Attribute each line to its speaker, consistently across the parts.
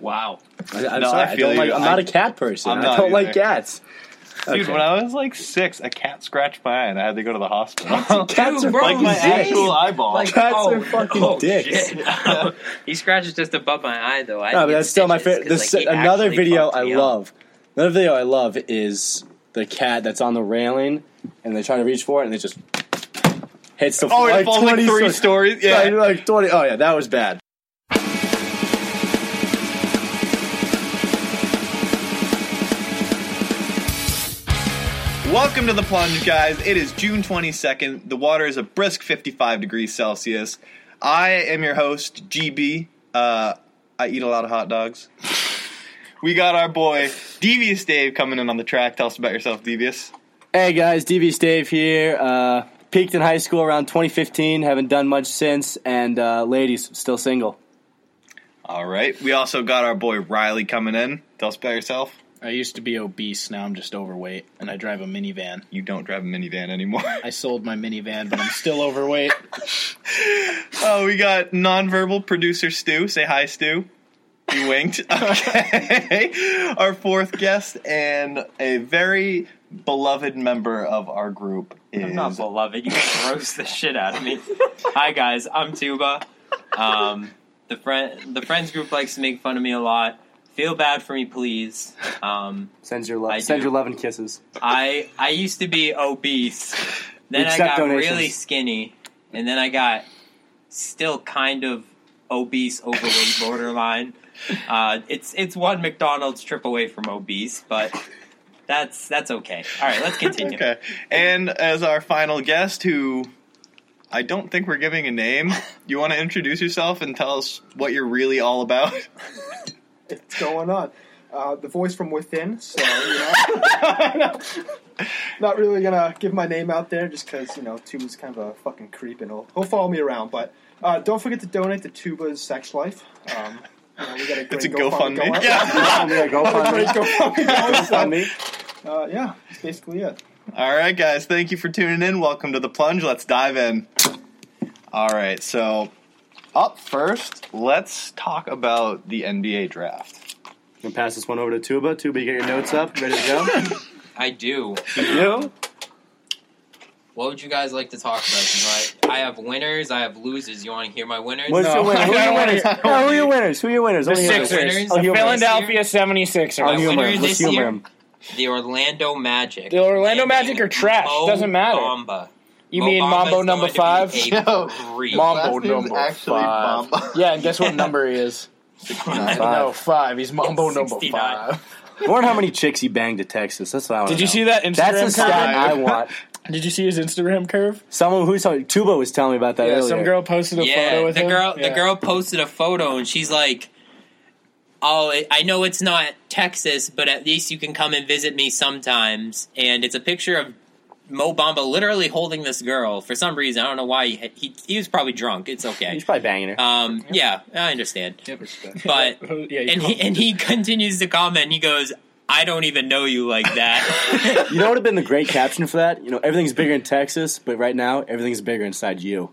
Speaker 1: Wow.
Speaker 2: I, I'm
Speaker 3: No,
Speaker 2: sorry.
Speaker 3: I
Speaker 2: I
Speaker 3: feel
Speaker 2: don't like,
Speaker 3: you.
Speaker 2: I'm not
Speaker 3: I-
Speaker 2: a cat person.
Speaker 3: I'm
Speaker 2: I
Speaker 3: not
Speaker 2: don't like
Speaker 3: either.
Speaker 2: cats.
Speaker 3: Dude,
Speaker 2: Okay.
Speaker 3: when I was like six, a cat scratched my eye and I had to go to the hospital.
Speaker 2: Cats
Speaker 1: Dude,
Speaker 2: are
Speaker 1: bro,
Speaker 2: fucking
Speaker 3: like my
Speaker 1: Dick.
Speaker 3: actual eyeball.
Speaker 1: Like,
Speaker 2: Cats
Speaker 1: oh,
Speaker 2: are fucking
Speaker 1: oh,
Speaker 2: dicks.
Speaker 1: shit. he scratches just above my eye, though. I
Speaker 2: No, but that's still my favorite. This another video I love. Another video I love is the cat that's on the railing and they try to reach for it and it just hits the
Speaker 3: oh,
Speaker 2: like
Speaker 3: it falls like
Speaker 2: 20
Speaker 3: three
Speaker 2: stories-
Speaker 3: stories. Yeah.
Speaker 2: Like, like 20. Oh, yeah, that was bad.
Speaker 3: Welcome to the plunge, guys. It is June 22nd. The water is a brisk 55 degrees Celsius. I am your host, GB. Uh, I eat a lot of hot dogs. We got our boy, Devious Dave, coming in on the track. Tell us about yourself, Devious.
Speaker 2: Hey guys, DV Dave here. Uh, peaked in high school around 2015, haven't done much since, and uh, ladies, still single.
Speaker 3: All right. We also got our boy, Riley, coming in. Tell us about yourself.
Speaker 4: I used to be obese, now I'm just overweight, and I drive a minivan.
Speaker 3: You don't drive a minivan anymore.
Speaker 4: I sold my minivan, but I'm still overweight.
Speaker 3: Oh, we got nonverbal producer Stu. Say hi, Stu. You winked. Okay. our fourth guest and a very beloved member of our group
Speaker 1: I'm not
Speaker 3: is
Speaker 1: beloved. You gross the shit out of me. Hi guys, I'm Tuba. Um, the friend, the friends group likes to make fun of me a lot. Feel bad for me, please. Um,
Speaker 2: Sends your
Speaker 1: I
Speaker 2: love, sends
Speaker 1: do.
Speaker 2: your love and kisses.
Speaker 1: I I used to be obese. Then I got
Speaker 2: accept donations.
Speaker 1: really skinny, and then I got still kind of obese, overweight, borderline. Uh, it's it's one McDonald's trip away from obese, but that's that's okay. All right, let's continue.
Speaker 3: okay. And as our final guest, who I don't think we're giving a name. You want to introduce yourself and tell us what you're really all about?
Speaker 5: What's going on? Uh, the voice from within, so you know. Not really gonna give my name out there just because you know Tuba's kind of a fucking creep and he'll, he'll follow me around. But uh, don't forget to donate to Tuba's sex life. Um, you know, we got a great
Speaker 3: It's a GoFundMe.
Speaker 5: GoFundMe. going.
Speaker 3: Yeah.
Speaker 5: Great
Speaker 2: GoFundMe.
Speaker 5: GoFundMe going,
Speaker 2: GoFundMe.
Speaker 5: so, uh, yeah, that's basically it.
Speaker 3: All right, guys. Thank you for tuning in. Welcome to the plunge. Let's dive in. All right. So, up first, let's talk about the NBA draft.
Speaker 2: I'm gonna pass this one over to Tuba. Tuba, you get your notes up, ready to go?
Speaker 1: I do.
Speaker 2: you do?
Speaker 1: What would you guys like to talk about? 'Cause I, I have winners, I have losers. You want to hear my winners?
Speaker 2: What's
Speaker 5: No.
Speaker 2: your winner? Who are your winners?
Speaker 3: I don't
Speaker 2: No, who are
Speaker 3: wanna-
Speaker 2: your winners? Who are your winners?
Speaker 6: The
Speaker 2: Only winners.
Speaker 1: Sixers.
Speaker 6: Sixers,
Speaker 2: Oh,
Speaker 6: the
Speaker 2: humor.
Speaker 6: Philadelphia
Speaker 2: I'll
Speaker 1: My
Speaker 6: 76ers.
Speaker 1: winners.
Speaker 2: humor him.
Speaker 1: this
Speaker 2: Let's humor
Speaker 1: year-
Speaker 2: him.
Speaker 1: The Orlando Magic.
Speaker 6: The Orlando
Speaker 1: And
Speaker 6: Magic are trash.
Speaker 1: Mo
Speaker 6: Doesn't matter.
Speaker 1: Bamba.
Speaker 6: You
Speaker 1: Mo
Speaker 6: mean
Speaker 1: Bamba
Speaker 6: Mambo
Speaker 1: is
Speaker 6: number
Speaker 1: going to be
Speaker 6: five?
Speaker 1: a
Speaker 3: No.
Speaker 1: freak.
Speaker 3: Mom-
Speaker 6: Mambo
Speaker 3: Last name's
Speaker 6: number
Speaker 3: actually
Speaker 6: five.
Speaker 3: Mambo.
Speaker 6: Yeah, and guess what number he is? No, five. He's Mambo number
Speaker 1: 69.
Speaker 6: five.
Speaker 2: Warn how many chicks he banged at Texas. That's what I want.
Speaker 6: Did you see that Instagram
Speaker 2: That's the
Speaker 6: curve?
Speaker 2: stat I want.
Speaker 6: Did you see his Instagram curve?
Speaker 2: Someone who's Tuba was telling me about that
Speaker 6: Yeah,
Speaker 2: earlier.
Speaker 6: some girl posted a
Speaker 1: yeah,
Speaker 6: photo with
Speaker 1: the
Speaker 6: him.
Speaker 1: girl.
Speaker 6: Yeah.
Speaker 1: The girl posted a photo, and she's like, "Oh, I- I know it's not Texas, but at least you can come and visit me sometimes." And it's a picture of Mo Bamba literally holding this girl for some reason. I don't know why. He he, he was probably drunk. It's okay.
Speaker 2: He's probably banging her.
Speaker 1: Um, yeah, I understand. But
Speaker 6: Oh, yeah, you
Speaker 1: and he and he continues to comment. He goes, "I don't even know you like that."
Speaker 2: you know what would have been the great caption for that? You know, everything's bigger in Texas, but right now everything's bigger inside you.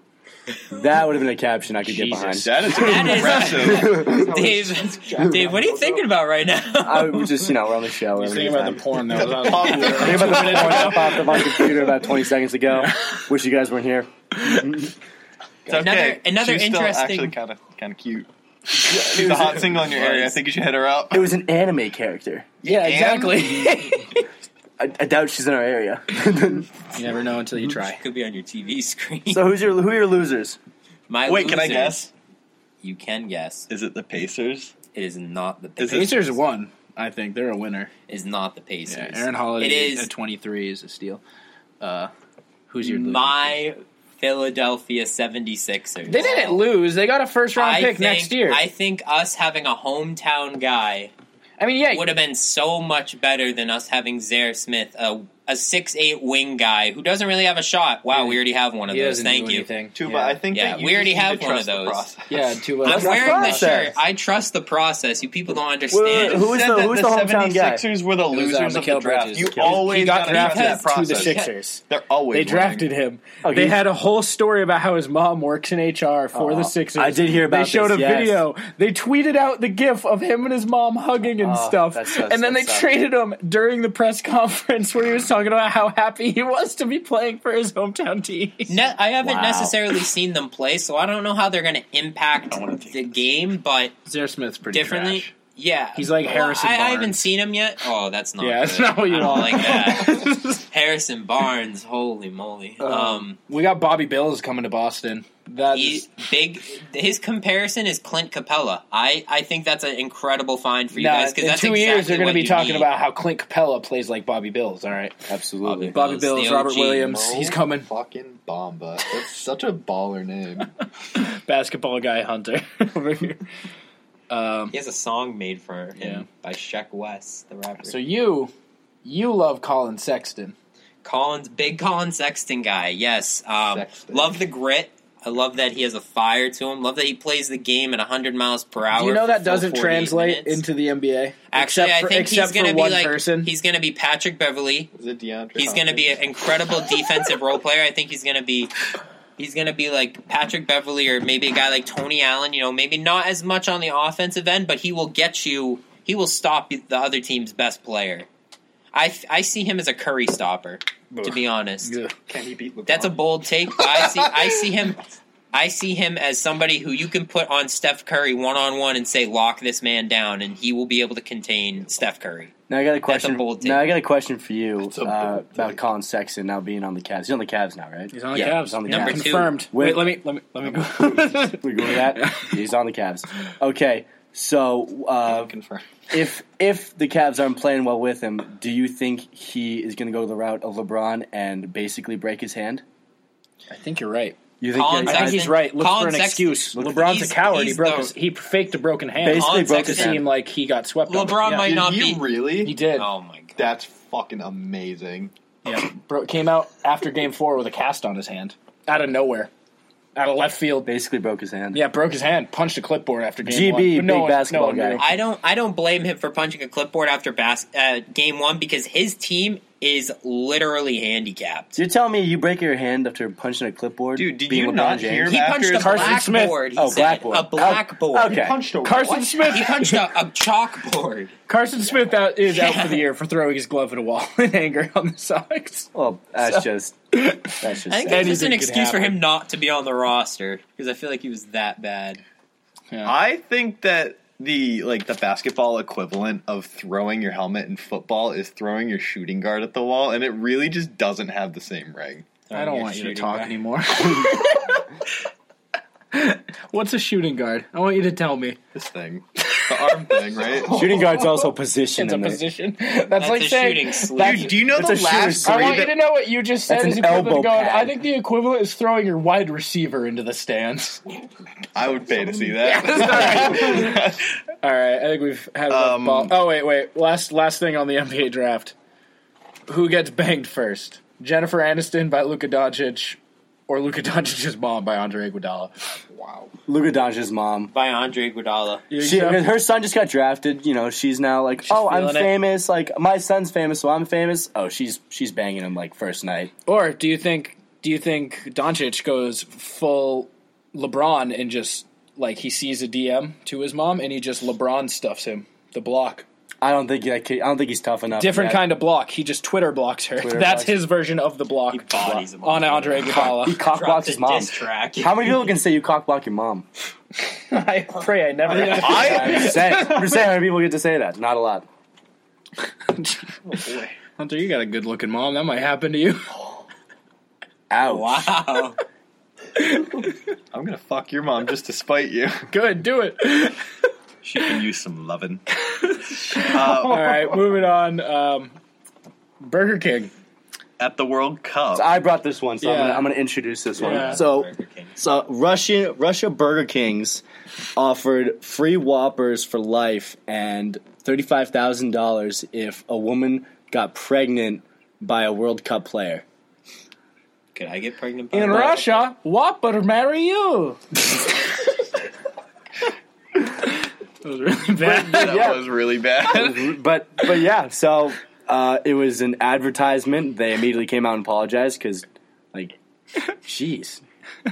Speaker 2: That would have been a caption I could get
Speaker 3: That is impressive.
Speaker 5: That's how we-
Speaker 1: Dave, Dave, what are you thinking about right now?
Speaker 2: behind. I would just, you know, we're on the show.
Speaker 4: He's thinking
Speaker 2: everything's
Speaker 4: about
Speaker 2: fine.
Speaker 4: the porn that was on
Speaker 2: Think
Speaker 4: the
Speaker 2: about the porn that popped up on the computer about 20 seconds ago. Wish you guys weren't here.
Speaker 1: So another another
Speaker 3: She's
Speaker 1: interesting.
Speaker 3: Still actually, kind of kind of cute. She's a hot single in your area. I think you should hit her up.
Speaker 2: It was an anime character.
Speaker 6: Yeah,
Speaker 3: And-
Speaker 6: exactly.
Speaker 2: I, I doubt she's in our area.
Speaker 4: You never know until you try.
Speaker 1: could be on your TV screen.
Speaker 2: so who's your who are your losers?
Speaker 1: My
Speaker 3: Wait, can I
Speaker 1: losers-
Speaker 3: guess?
Speaker 1: You can guess.
Speaker 3: Is it the Pacers?
Speaker 1: It is not the
Speaker 3: Is
Speaker 1: Pacers.
Speaker 3: it-
Speaker 4: Pacers won. I think they're a winner.
Speaker 1: Is not the Pacers.
Speaker 4: Yeah, Aaron Holiday
Speaker 1: It is
Speaker 4: at 23 is a steal. Uh, who's your loser?
Speaker 1: my Philadelphia 76ers.
Speaker 6: they didn't lose. They got a first round
Speaker 1: I
Speaker 6: pick
Speaker 1: think,
Speaker 6: next year.
Speaker 1: I think us having a hometown guy
Speaker 6: I mean, yeah,
Speaker 1: would have been so much better than us having Zaire Smith, a a six eight wing guy who doesn't really have a shot. Wow, we already have one of
Speaker 7: He
Speaker 1: those.
Speaker 7: doesn't
Speaker 1: Thank
Speaker 7: do
Speaker 1: you.
Speaker 7: anything.
Speaker 3: Tuba,
Speaker 7: yeah.
Speaker 3: I think
Speaker 1: Yeah,
Speaker 3: that you
Speaker 1: we
Speaker 3: just
Speaker 1: already
Speaker 3: need to
Speaker 1: have one
Speaker 3: trust
Speaker 1: of
Speaker 3: the
Speaker 1: those.
Speaker 3: process.
Speaker 7: Yeah, Tuba.
Speaker 1: I'm
Speaker 7: That's-
Speaker 1: wearing the
Speaker 2: process.
Speaker 1: shirt. I trust the process. You people don't
Speaker 2: Wait, wait,
Speaker 1: understand.
Speaker 2: who is
Speaker 3: Said
Speaker 2: the-
Speaker 3: that
Speaker 2: who's the hometown guy?
Speaker 3: 76ers were the
Speaker 7: was, uh,
Speaker 3: losers of the
Speaker 7: Mikal
Speaker 3: draft.
Speaker 7: Bridges.
Speaker 3: You
Speaker 7: He
Speaker 3: always
Speaker 2: he got
Speaker 3: gotta trust
Speaker 2: drafted
Speaker 3: that
Speaker 2: to the
Speaker 3: process.
Speaker 7: Sixers.
Speaker 3: They're always
Speaker 6: They drafted
Speaker 3: winning.
Speaker 6: him.
Speaker 2: Oh,
Speaker 6: they
Speaker 2: he-
Speaker 6: had a whole story about how his mom works in HR for
Speaker 2: Aw.
Speaker 6: the Sixers.
Speaker 2: I did hear about
Speaker 6: They showed
Speaker 2: this,
Speaker 6: a
Speaker 2: yes.
Speaker 6: video. They tweeted out the GIF of him and his mom hugging and
Speaker 7: Aw,
Speaker 6: stuff,
Speaker 7: that sucks,
Speaker 6: and then
Speaker 7: that
Speaker 6: they
Speaker 7: sucks.
Speaker 6: traded him during the press conference where he was talking about how happy he was to be playing for his hometown team.
Speaker 1: Ne- I haven't
Speaker 6: Wow.
Speaker 1: necessarily seen them play, so I don't know how they're going to impact
Speaker 3: I wanna take
Speaker 1: the game, but
Speaker 4: Zaire Smith's pretty
Speaker 1: differently.
Speaker 4: trash.
Speaker 1: Yeah,
Speaker 6: He's like
Speaker 1: Well,
Speaker 6: Harrison
Speaker 1: I, I
Speaker 6: Barnes.
Speaker 1: haven't seen him yet. Oh, that's not.
Speaker 6: Yeah, that's
Speaker 1: good.
Speaker 6: not what you
Speaker 1: I don't
Speaker 6: want.
Speaker 1: like that. Harrison Barnes, holy moly! Um,
Speaker 4: We got Bobby Bills coming to Boston.
Speaker 6: That
Speaker 1: he-
Speaker 6: is-
Speaker 1: big. His comparison is Clint Capella. I I think that's an incredible find for you
Speaker 4: Nah,
Speaker 1: guys because
Speaker 4: in
Speaker 1: that's
Speaker 4: two
Speaker 1: exactly
Speaker 4: years, they're going
Speaker 1: what
Speaker 4: to be
Speaker 1: you
Speaker 4: talking
Speaker 1: need.
Speaker 4: about how Clint Capella plays like Bobby Bills. All right,
Speaker 2: Absolutely.
Speaker 6: Bobby
Speaker 1: the
Speaker 6: Bills,
Speaker 1: OG.
Speaker 6: Robert Williams.
Speaker 4: Mo.
Speaker 6: He's coming.
Speaker 3: Fucking Bomba. That's such a baller name.
Speaker 6: Basketball guy Hunter over here. Um,
Speaker 1: He has a song made for him
Speaker 6: Yeah.
Speaker 1: by Sheck West, the rapper.
Speaker 4: so you you love Colin Sexton.
Speaker 1: Collins, big Colin Sexton guy. Yes, um,
Speaker 3: Sexton.
Speaker 1: love the grit. I love that he has a fire to him. Love that he plays the game at 100 miles per hour.
Speaker 6: Do you know
Speaker 1: for
Speaker 6: that
Speaker 1: full
Speaker 6: doesn't
Speaker 1: 48
Speaker 6: translate
Speaker 1: minutes.
Speaker 6: into the NBA?
Speaker 1: Actually,
Speaker 6: except
Speaker 1: I
Speaker 6: for,
Speaker 1: think he's
Speaker 6: except
Speaker 1: going to
Speaker 6: for
Speaker 1: be
Speaker 6: one
Speaker 1: like
Speaker 6: person.
Speaker 1: he's going to be Patrick Beverly.
Speaker 3: Is it DeAndre?
Speaker 1: He's going to be an incredible defensive role player. I think he's going to be he's going to be like Patrick Beverly or maybe a guy like Tony Allen. You know, maybe not as much on the offensive end, but he will get you. He will stop the other team's best player. I, I see him as a Curry stopper. To be honest,
Speaker 6: Ugh.
Speaker 5: Can he beat LeBron?
Speaker 1: that's a bold take. But I see I see him I see him as somebody who you can put on Steph Curry one on one and say lock this man down and he will be able to contain Steph Curry.
Speaker 2: Now I got a
Speaker 1: a
Speaker 2: question.
Speaker 1: bold take.
Speaker 2: Now I got a question for you
Speaker 3: a
Speaker 2: uh,
Speaker 3: bold
Speaker 2: about
Speaker 3: take.
Speaker 2: Colin Sexton now being on the Cavs. He's on the Cavs now, right?
Speaker 6: He's on the
Speaker 1: Yeah,
Speaker 6: Cavs.
Speaker 2: he's on the
Speaker 1: Number
Speaker 2: Cavs.
Speaker 1: two.
Speaker 6: Confirmed.
Speaker 2: Wait,
Speaker 6: Wait, let me let me let me go.
Speaker 2: We go with that. He's on the Cavs. Okay, so uh,
Speaker 3: confirm.
Speaker 2: if if the Cavs aren't playing well with him, do you think he is going to go the route of LeBron and basically break his hand?
Speaker 4: I think you're right.
Speaker 2: You think
Speaker 1: Colin
Speaker 2: that-
Speaker 6: I think he's right. Look
Speaker 1: Colin
Speaker 6: for an
Speaker 1: Sexton-
Speaker 6: excuse.
Speaker 2: Look-
Speaker 6: LeBron's
Speaker 1: he's-
Speaker 6: a coward. He
Speaker 1: he's
Speaker 6: broke
Speaker 1: the-
Speaker 6: his. He faked a broken hand.
Speaker 2: Basically
Speaker 1: Colin
Speaker 2: broke
Speaker 6: it
Speaker 2: his
Speaker 1: Sexton-
Speaker 2: hand.
Speaker 6: seemed like he got swept. over.
Speaker 1: LeBron
Speaker 6: Yeah.
Speaker 1: might
Speaker 3: Did
Speaker 1: not
Speaker 3: you
Speaker 1: be.
Speaker 3: really?
Speaker 6: He did.
Speaker 1: Oh my god!
Speaker 3: That's fucking amazing.
Speaker 6: Yeah, Bro, came out after Game Four with a cast on his hand, out of nowhere, out of left field.
Speaker 2: basically broke his hand.
Speaker 6: Yeah, broke his hand, punched a clipboard after Game
Speaker 2: GB,
Speaker 6: One. But
Speaker 2: big
Speaker 6: one-
Speaker 2: basketball
Speaker 6: one
Speaker 2: guy.
Speaker 6: knew.
Speaker 1: I don't. I don't blame him for punching a clipboard after bas- uh, game one because his team is literally handicapped.
Speaker 2: So you're telling me you break your hand after punching a clipboard?
Speaker 3: Dude, did
Speaker 2: being
Speaker 3: you
Speaker 2: LeBron
Speaker 3: not hear
Speaker 2: James?
Speaker 1: He punched a
Speaker 3: After
Speaker 6: Carson Smith-
Speaker 1: blackboard. He
Speaker 2: Oh,
Speaker 1: said,
Speaker 2: blackboard.
Speaker 1: A blackboard.
Speaker 2: Oh, okay.
Speaker 5: punched over.
Speaker 6: Carson
Speaker 5: What?
Speaker 6: Smith.
Speaker 1: He punched a, a chalkboard.
Speaker 6: Carson Smith out, is out for the
Speaker 1: Yeah.
Speaker 6: year for throwing his glove at a wall in anger on the Sox.
Speaker 2: Well, that's just that's just.
Speaker 1: I
Speaker 2: sad.
Speaker 1: think that's just an
Speaker 6: Anything could
Speaker 1: excuse for
Speaker 6: happen.
Speaker 1: him not to be on the roster because I feel like he was that bad.
Speaker 3: I think that the like the basketball equivalent of throwing your helmet in football is throwing your shooting guard at the wall, and it really just doesn't have the same ring.
Speaker 4: I don't
Speaker 1: You're
Speaker 4: want you to
Speaker 1: shooting
Speaker 4: talk
Speaker 1: back.
Speaker 4: anymore.
Speaker 6: What's a shooting guard? I want you to tell me.
Speaker 3: This thing, the arm thing, right?
Speaker 2: Shooting guard's also position.
Speaker 6: It's a
Speaker 2: in the-
Speaker 6: position. That's, like
Speaker 1: a
Speaker 6: saying.
Speaker 1: shooting sleeve.
Speaker 6: that's-
Speaker 3: Dude, do you know
Speaker 2: It's
Speaker 3: the
Speaker 2: a shooting
Speaker 3: last
Speaker 2: sleeve.
Speaker 6: I
Speaker 3: three
Speaker 6: want you to
Speaker 3: that
Speaker 6: know what you just said
Speaker 2: That's
Speaker 6: is
Speaker 2: an
Speaker 6: equivalent to
Speaker 2: elbow
Speaker 6: going.
Speaker 2: pad.
Speaker 6: I think the equivalent is throwing your wide receiver into the stands.
Speaker 3: I would pay to see that?
Speaker 6: All right, I think we've had enough
Speaker 3: Um,
Speaker 6: ball. Oh wait, wait. Last last thing on the NBA draft. Who gets banged first? Jennifer Aniston by Luka Doncic, or Luka Doncic's mom by Andre Iguodala?
Speaker 2: Luka Doncic's mom.
Speaker 1: by Andre Iguodala.
Speaker 6: You
Speaker 2: She,
Speaker 6: know?
Speaker 2: her son just got drafted. You know, she's now like, oh, I'm
Speaker 6: feeling it.
Speaker 2: famous. Like my son's famous, so I'm famous. Oh, she's she's banging him like first night.
Speaker 6: Or do you think do you think Doncic goes full LeBron and just like he sees a DM to his mom and he just LeBron stuffs him the block.
Speaker 2: I don't think that kid, I don't think he's tough enough.
Speaker 6: Different
Speaker 2: yet.
Speaker 6: kind of block. He just Twitter blocks her.
Speaker 2: Twitter blocks.
Speaker 6: That's his version of the block
Speaker 1: bodies him on
Speaker 6: on Andre
Speaker 2: He
Speaker 6: Iguodala.
Speaker 2: cockblocks
Speaker 1: Dropped
Speaker 2: his
Speaker 1: a
Speaker 2: mom.
Speaker 1: diss track.
Speaker 2: How many people can say you cockblock your mom?
Speaker 6: I pray I never.
Speaker 2: I'm
Speaker 3: I
Speaker 2: just saying, I'm just saying how many people get to say that. Not a lot.
Speaker 6: Hunter, you got a good looking mom. That might happen to you.
Speaker 2: Ouch.
Speaker 1: Wow.
Speaker 3: I'm gonna fuck your mom just to spite you.
Speaker 6: Good, do it.
Speaker 3: She can use some lovin'.
Speaker 6: All
Speaker 3: Uh,
Speaker 6: right, moving on. Um, Burger King.
Speaker 3: at the World Cup,
Speaker 2: I brought this one, so I'm,
Speaker 6: Yeah.
Speaker 2: gonna, I'm gonna introduce this one.
Speaker 6: Yeah.
Speaker 2: So, so Russian Russia Burger Kings offered free Whoppers for life and thirty five thousand dollars if a woman got pregnant by a World Cup player.
Speaker 1: Could I get pregnant by
Speaker 6: In
Speaker 1: a-
Speaker 6: Russia, what but marry you? that was really bad.
Speaker 3: That
Speaker 2: Yeah.
Speaker 3: was really bad.
Speaker 2: but but yeah, so uh, it was an advertisement. They immediately came out and apologized because, like, jeez,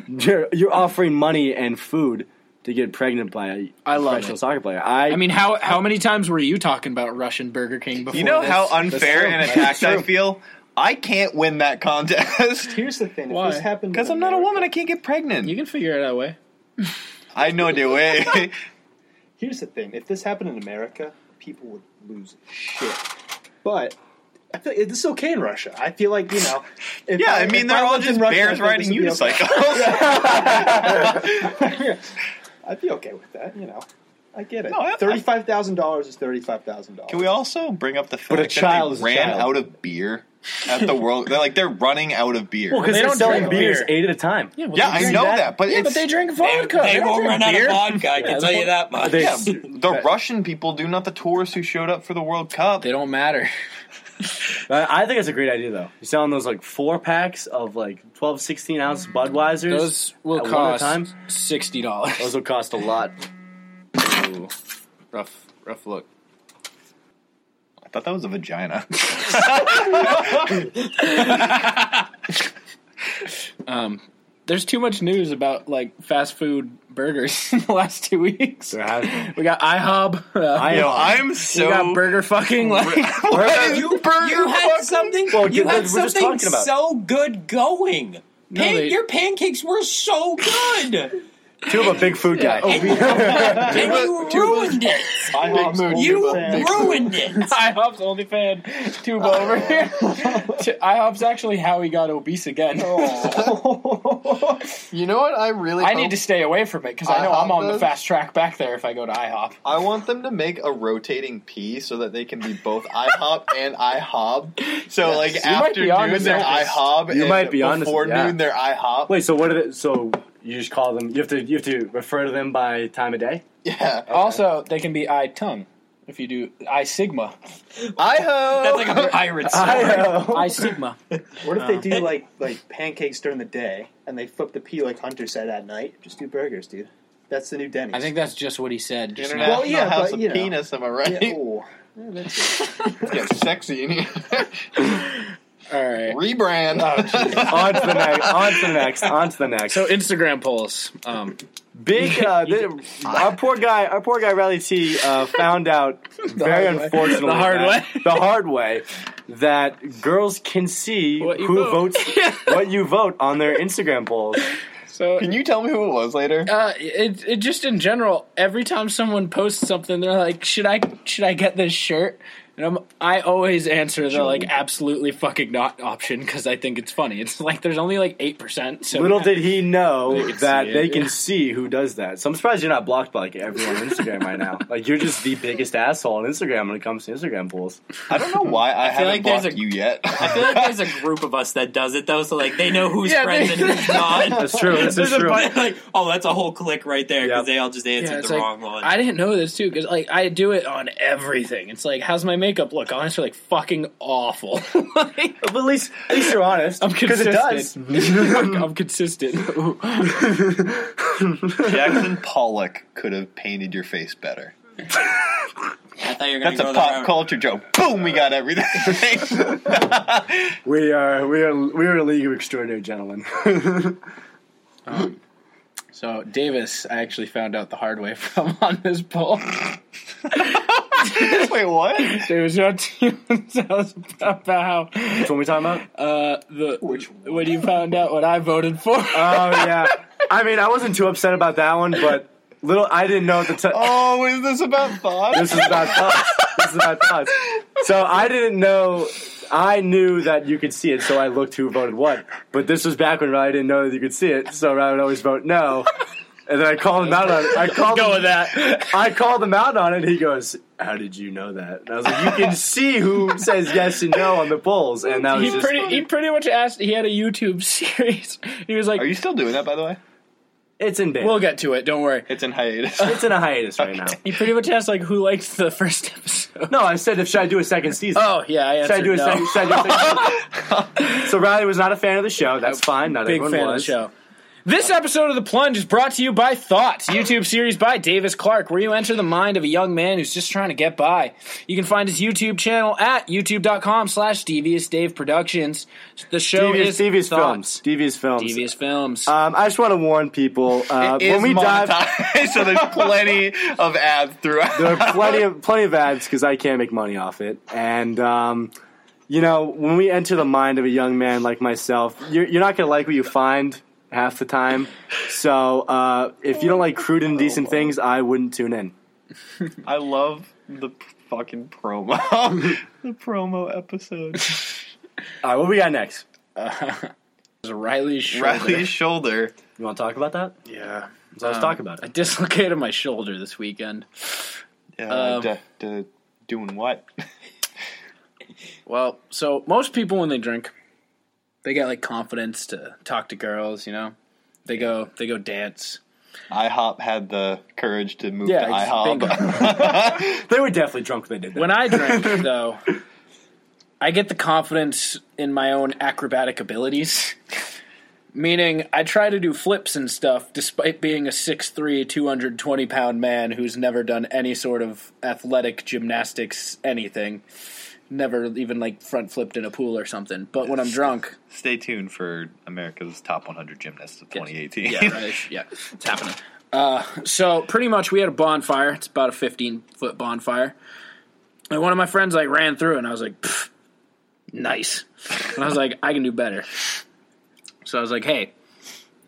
Speaker 2: you're you're offering money and food to get pregnant by a
Speaker 6: I love
Speaker 2: professional
Speaker 6: it.
Speaker 2: soccer player. I,
Speaker 6: I mean, how how many times were you talking about Russian Burger King before?
Speaker 3: You know
Speaker 6: this?
Speaker 3: how unfair
Speaker 6: true.
Speaker 3: and
Speaker 6: That's
Speaker 3: attacked I
Speaker 6: true.
Speaker 3: feel? I can't win that contest.
Speaker 5: Here's the thing.
Speaker 6: Why?
Speaker 5: If this happened in
Speaker 3: Because I'm not a
Speaker 5: America-
Speaker 3: woman, I can't get pregnant.
Speaker 6: you can figure it out way.
Speaker 3: I know the way.
Speaker 5: Here's the thing: if this happened in America, people would lose shit. But I feel this is okay in Russia. I feel like you know. if
Speaker 3: yeah, I
Speaker 5: if
Speaker 3: mean, they're all
Speaker 5: lived in
Speaker 3: just
Speaker 5: Russia, I
Speaker 3: bears
Speaker 5: think
Speaker 3: riding
Speaker 5: this would be
Speaker 3: unicycles.
Speaker 5: okay. I'd be okay with that. You know, I get it.
Speaker 3: No, I- I-
Speaker 5: thirty-five thousand dollars is thirty-five thousand dollars.
Speaker 3: Can we also bring up the fact
Speaker 2: But a
Speaker 3: that
Speaker 2: child is
Speaker 3: they
Speaker 2: a
Speaker 3: ran
Speaker 2: child.
Speaker 3: out of beer at the world? They're like they're running out of beer.
Speaker 2: well, because
Speaker 6: They
Speaker 2: they are
Speaker 6: don't
Speaker 2: selling
Speaker 6: drink
Speaker 2: beers
Speaker 6: beer.
Speaker 2: eight at a time.
Speaker 6: well,
Speaker 3: yeah,
Speaker 6: they
Speaker 3: I
Speaker 6: drink-
Speaker 3: know
Speaker 2: that?
Speaker 3: that, but
Speaker 6: Yeah,
Speaker 3: it's
Speaker 6: but they drink
Speaker 1: They,
Speaker 6: vodka.
Speaker 1: they
Speaker 6: don't
Speaker 1: will
Speaker 6: drink
Speaker 1: run out
Speaker 6: beer.
Speaker 1: of vodka. I can
Speaker 6: Yeah,
Speaker 1: tell you
Speaker 6: they-
Speaker 1: that much.
Speaker 2: they-
Speaker 3: yeah,
Speaker 2: Yes.
Speaker 3: the Russian people do, not the tourists who showed up for the World Cup.
Speaker 6: They don't matter.
Speaker 2: I I think it's a great idea though. You're selling those like four packs of like 12, 16 ounce Budweisers.
Speaker 6: Those will
Speaker 2: At one
Speaker 6: cost
Speaker 2: time?
Speaker 6: sixty dollars.
Speaker 2: Those will cost a lot.
Speaker 4: Rough, rough look.
Speaker 3: I thought that was a vagina.
Speaker 6: Um, there's too much news about like fast food burgers in the last two weeks. We got IHOB. Uh,
Speaker 2: I-
Speaker 3: Yo, I'm
Speaker 6: we
Speaker 3: so.
Speaker 6: got burger fucking. Like,
Speaker 3: What?
Speaker 1: You,
Speaker 3: Burger
Speaker 1: you had
Speaker 3: fucking-
Speaker 1: something.
Speaker 2: Well,
Speaker 1: you
Speaker 2: we're- we're
Speaker 1: had
Speaker 2: just
Speaker 1: something
Speaker 2: talking about it.
Speaker 1: so good going.
Speaker 6: No,
Speaker 1: Pan-
Speaker 6: they-
Speaker 1: your pancakes were so good,
Speaker 2: Two of a big food guy.
Speaker 6: oh,
Speaker 1: and you ruined it.
Speaker 5: I hope so.
Speaker 1: You
Speaker 5: Thanks.
Speaker 1: ruined it.
Speaker 6: IHOP's only fan tube over here. T- IHOP's actually how he got obese again.
Speaker 5: Oh.
Speaker 4: You know what? I really.
Speaker 6: I
Speaker 4: hope-
Speaker 6: need to stay away from it because I know I'm
Speaker 3: IHOP
Speaker 6: on the
Speaker 3: does?
Speaker 6: fast track back there if I go to IHOP.
Speaker 3: I want them to make a rotating P so that they can be both IHOP and IHOB. So like
Speaker 6: You might
Speaker 3: after
Speaker 6: be onto
Speaker 3: noon they're
Speaker 6: something.
Speaker 3: IHOB.
Speaker 2: You
Speaker 3: and
Speaker 2: might be onto
Speaker 3: before
Speaker 2: something, yeah.
Speaker 3: noon they're IHOP.
Speaker 2: Wait, so what? Are they, so you just call them? You have to you have to refer to them by time of day.
Speaker 3: Yeah,
Speaker 6: Also, they can be I tongue if you do I sigma.
Speaker 3: IHO.
Speaker 1: That's like a pirate
Speaker 6: I Uh, sigma.
Speaker 5: What if they do like like pancakes during the day and they flip the P like Hunter said at night? Just do burgers, dude. That's the new Denny's.
Speaker 6: I think that's just what he said. Just
Speaker 3: International
Speaker 6: now.
Speaker 5: Well, yeah,
Speaker 3: House
Speaker 5: but,
Speaker 3: of
Speaker 5: you know.
Speaker 3: Penis, am I right?
Speaker 5: Yeah, oh. Yeah, that's it.
Speaker 3: Get sexy in here.
Speaker 6: All right.
Speaker 3: Rebrand.
Speaker 2: on to the next. On to the next. On to the next.
Speaker 6: So Instagram polls. Um,
Speaker 2: Big, uh, th- our poor guy, our poor guy Riley T uh, found out very
Speaker 6: hard way.
Speaker 2: unfortunately
Speaker 6: The hard
Speaker 2: that-
Speaker 6: way.
Speaker 2: the hard way that girls can see
Speaker 6: What you
Speaker 2: who
Speaker 6: vote.
Speaker 2: votes what you vote on their Instagram polls.
Speaker 6: so
Speaker 3: Can you tell me who it was later?
Speaker 6: uh, it, it just in general, every time someone posts something, they're like, "Should I should I get this shirt?" And I'm, I always answer the like absolutely fucking not option because I think it's funny. It's like there's only like eight percent. So
Speaker 2: Little did he know
Speaker 6: They can
Speaker 2: that
Speaker 6: see it,
Speaker 2: they can
Speaker 6: yeah.
Speaker 2: see who does that. So I'm surprised you're not blocked by like everyone on Instagram right now. Like you're just the biggest asshole on Instagram when it comes to Instagram polls.
Speaker 3: I don't know why I, haven't
Speaker 1: like there's
Speaker 3: blocked
Speaker 1: a-
Speaker 3: you yet.
Speaker 1: I feel like there's a group of us that does it though, so like they know who's
Speaker 6: Yeah,
Speaker 1: friends
Speaker 6: they-
Speaker 1: and who's not.
Speaker 2: That's true. This is
Speaker 1: There's a
Speaker 2: true.
Speaker 1: bunch- like, oh, that's a whole click right there because
Speaker 2: Yep.
Speaker 1: they all just answered
Speaker 6: it's
Speaker 1: the
Speaker 6: like,
Speaker 1: wrong one.
Speaker 6: I didn't know this too because like I do it on everything. It's like, how's my makeup look? I'll answer like fucking awful. like,
Speaker 2: But at least, at least you're honest.
Speaker 6: I'm
Speaker 2: Because it does.
Speaker 6: I'm consistent.
Speaker 3: Jackson Pollock could have painted your face better.
Speaker 1: I thought you were gonna
Speaker 3: That's
Speaker 1: go
Speaker 3: a
Speaker 1: that
Speaker 3: pop
Speaker 1: route.
Speaker 3: culture joke. Boom, we got everything.
Speaker 2: We are we are we are a league of extraordinary gentlemen.
Speaker 6: so Davis, I actually found out the hard way from on this poll.
Speaker 3: Wait, what?
Speaker 6: There was no team tells about how
Speaker 2: That's what we talking about.
Speaker 6: uh, the when you found out what I voted for.
Speaker 2: Oh yeah. I mean, I wasn't too upset about that one, but little I didn't know at the time.
Speaker 3: Oh, is this about thought?
Speaker 2: This is about thoughts. This is about thoughts. So I didn't know. I knew that you could see it, so I looked who voted what. But this was back when Riley didn't know that you could see it, so Riley would always vote no. And then I called him out on it. I called him,
Speaker 6: that.
Speaker 2: I called him out on it. He goes, "How did you know that?" And I was like, "You can see who says yes and no on the polls." And that was
Speaker 6: He
Speaker 2: just
Speaker 6: pretty he pretty much asked. He had a YouTube series. He was like,
Speaker 3: Are you still doing that, by the way?
Speaker 2: It's in beta.
Speaker 6: We'll get to it. Don't worry.
Speaker 3: It's in hiatus.
Speaker 2: it's in a hiatus right now.
Speaker 6: You pretty much asked like who liked the first episode.
Speaker 2: No, I said if should I do a second season?
Speaker 6: Oh yeah, I
Speaker 2: should I
Speaker 6: answered
Speaker 2: do a
Speaker 6: no.
Speaker 2: second? Should I do a second season? so Riley was not a fan of the show. That's fine. Not
Speaker 6: Big
Speaker 2: everyone
Speaker 6: fan of
Speaker 2: was.
Speaker 6: the show. This episode of The Plunge is brought to you by Thoughts, a YouTube series by Davis Clark, where you enter the mind of a young man who's just trying to get by. You can find his YouTube channel at youtube.com slash devious Dave Productions. The show
Speaker 2: Devious,
Speaker 6: is
Speaker 2: devious films.
Speaker 6: Thoughts.
Speaker 2: Devious films.
Speaker 6: Devious Films.
Speaker 2: Um, I just want to warn people uh,
Speaker 3: It is
Speaker 2: when we dive.
Speaker 3: monetized, so there's plenty of ads throughout.
Speaker 2: There are plenty of plenty of ads because I can't make money off it. And um, you know, when we enter the mind of a young man like myself, you're, you're not going to like what you find half the time. So uh, if you don't like crude and decent things, I wouldn't tune in.
Speaker 3: I love the p- fucking promo. the promo episode.
Speaker 2: All right, what we got next?
Speaker 6: Riley's shoulder.
Speaker 3: Riley's shoulder.
Speaker 2: You want to talk about that?
Speaker 4: Yeah.
Speaker 2: So let's talk about
Speaker 6: I
Speaker 2: it.
Speaker 6: dislocated my shoulder this weekend.
Speaker 3: Uh,
Speaker 6: Um,
Speaker 3: d- d- doing what?
Speaker 6: Well, so most people when they drink, they get like confidence to talk to girls, you know? They go they go dance.
Speaker 3: IHOP had the courage to move
Speaker 6: Yeah,
Speaker 3: to
Speaker 6: ex-
Speaker 3: IHOP.
Speaker 2: They were definitely drunk when they did that.
Speaker 6: When I drink, though, I get the confidence in my own acrobatic abilities. Meaning, I try to do flips and stuff despite being a 6'3, 220 pound man who's never done any sort of athletic gymnastics, anything. Never even like front flipped in a pool or something. But when I'm drunk,
Speaker 3: Stay tuned for America's top 100 gymnasts of 2018.
Speaker 6: yeah, right, yeah, it's happening. Uh, so pretty much, we had a bonfire. It's about a fifteen foot bonfire, and one of my friends like ran through, it, and I was like, "Pfft, "Nice," and I was like, "I can do better." So I was like, "Hey,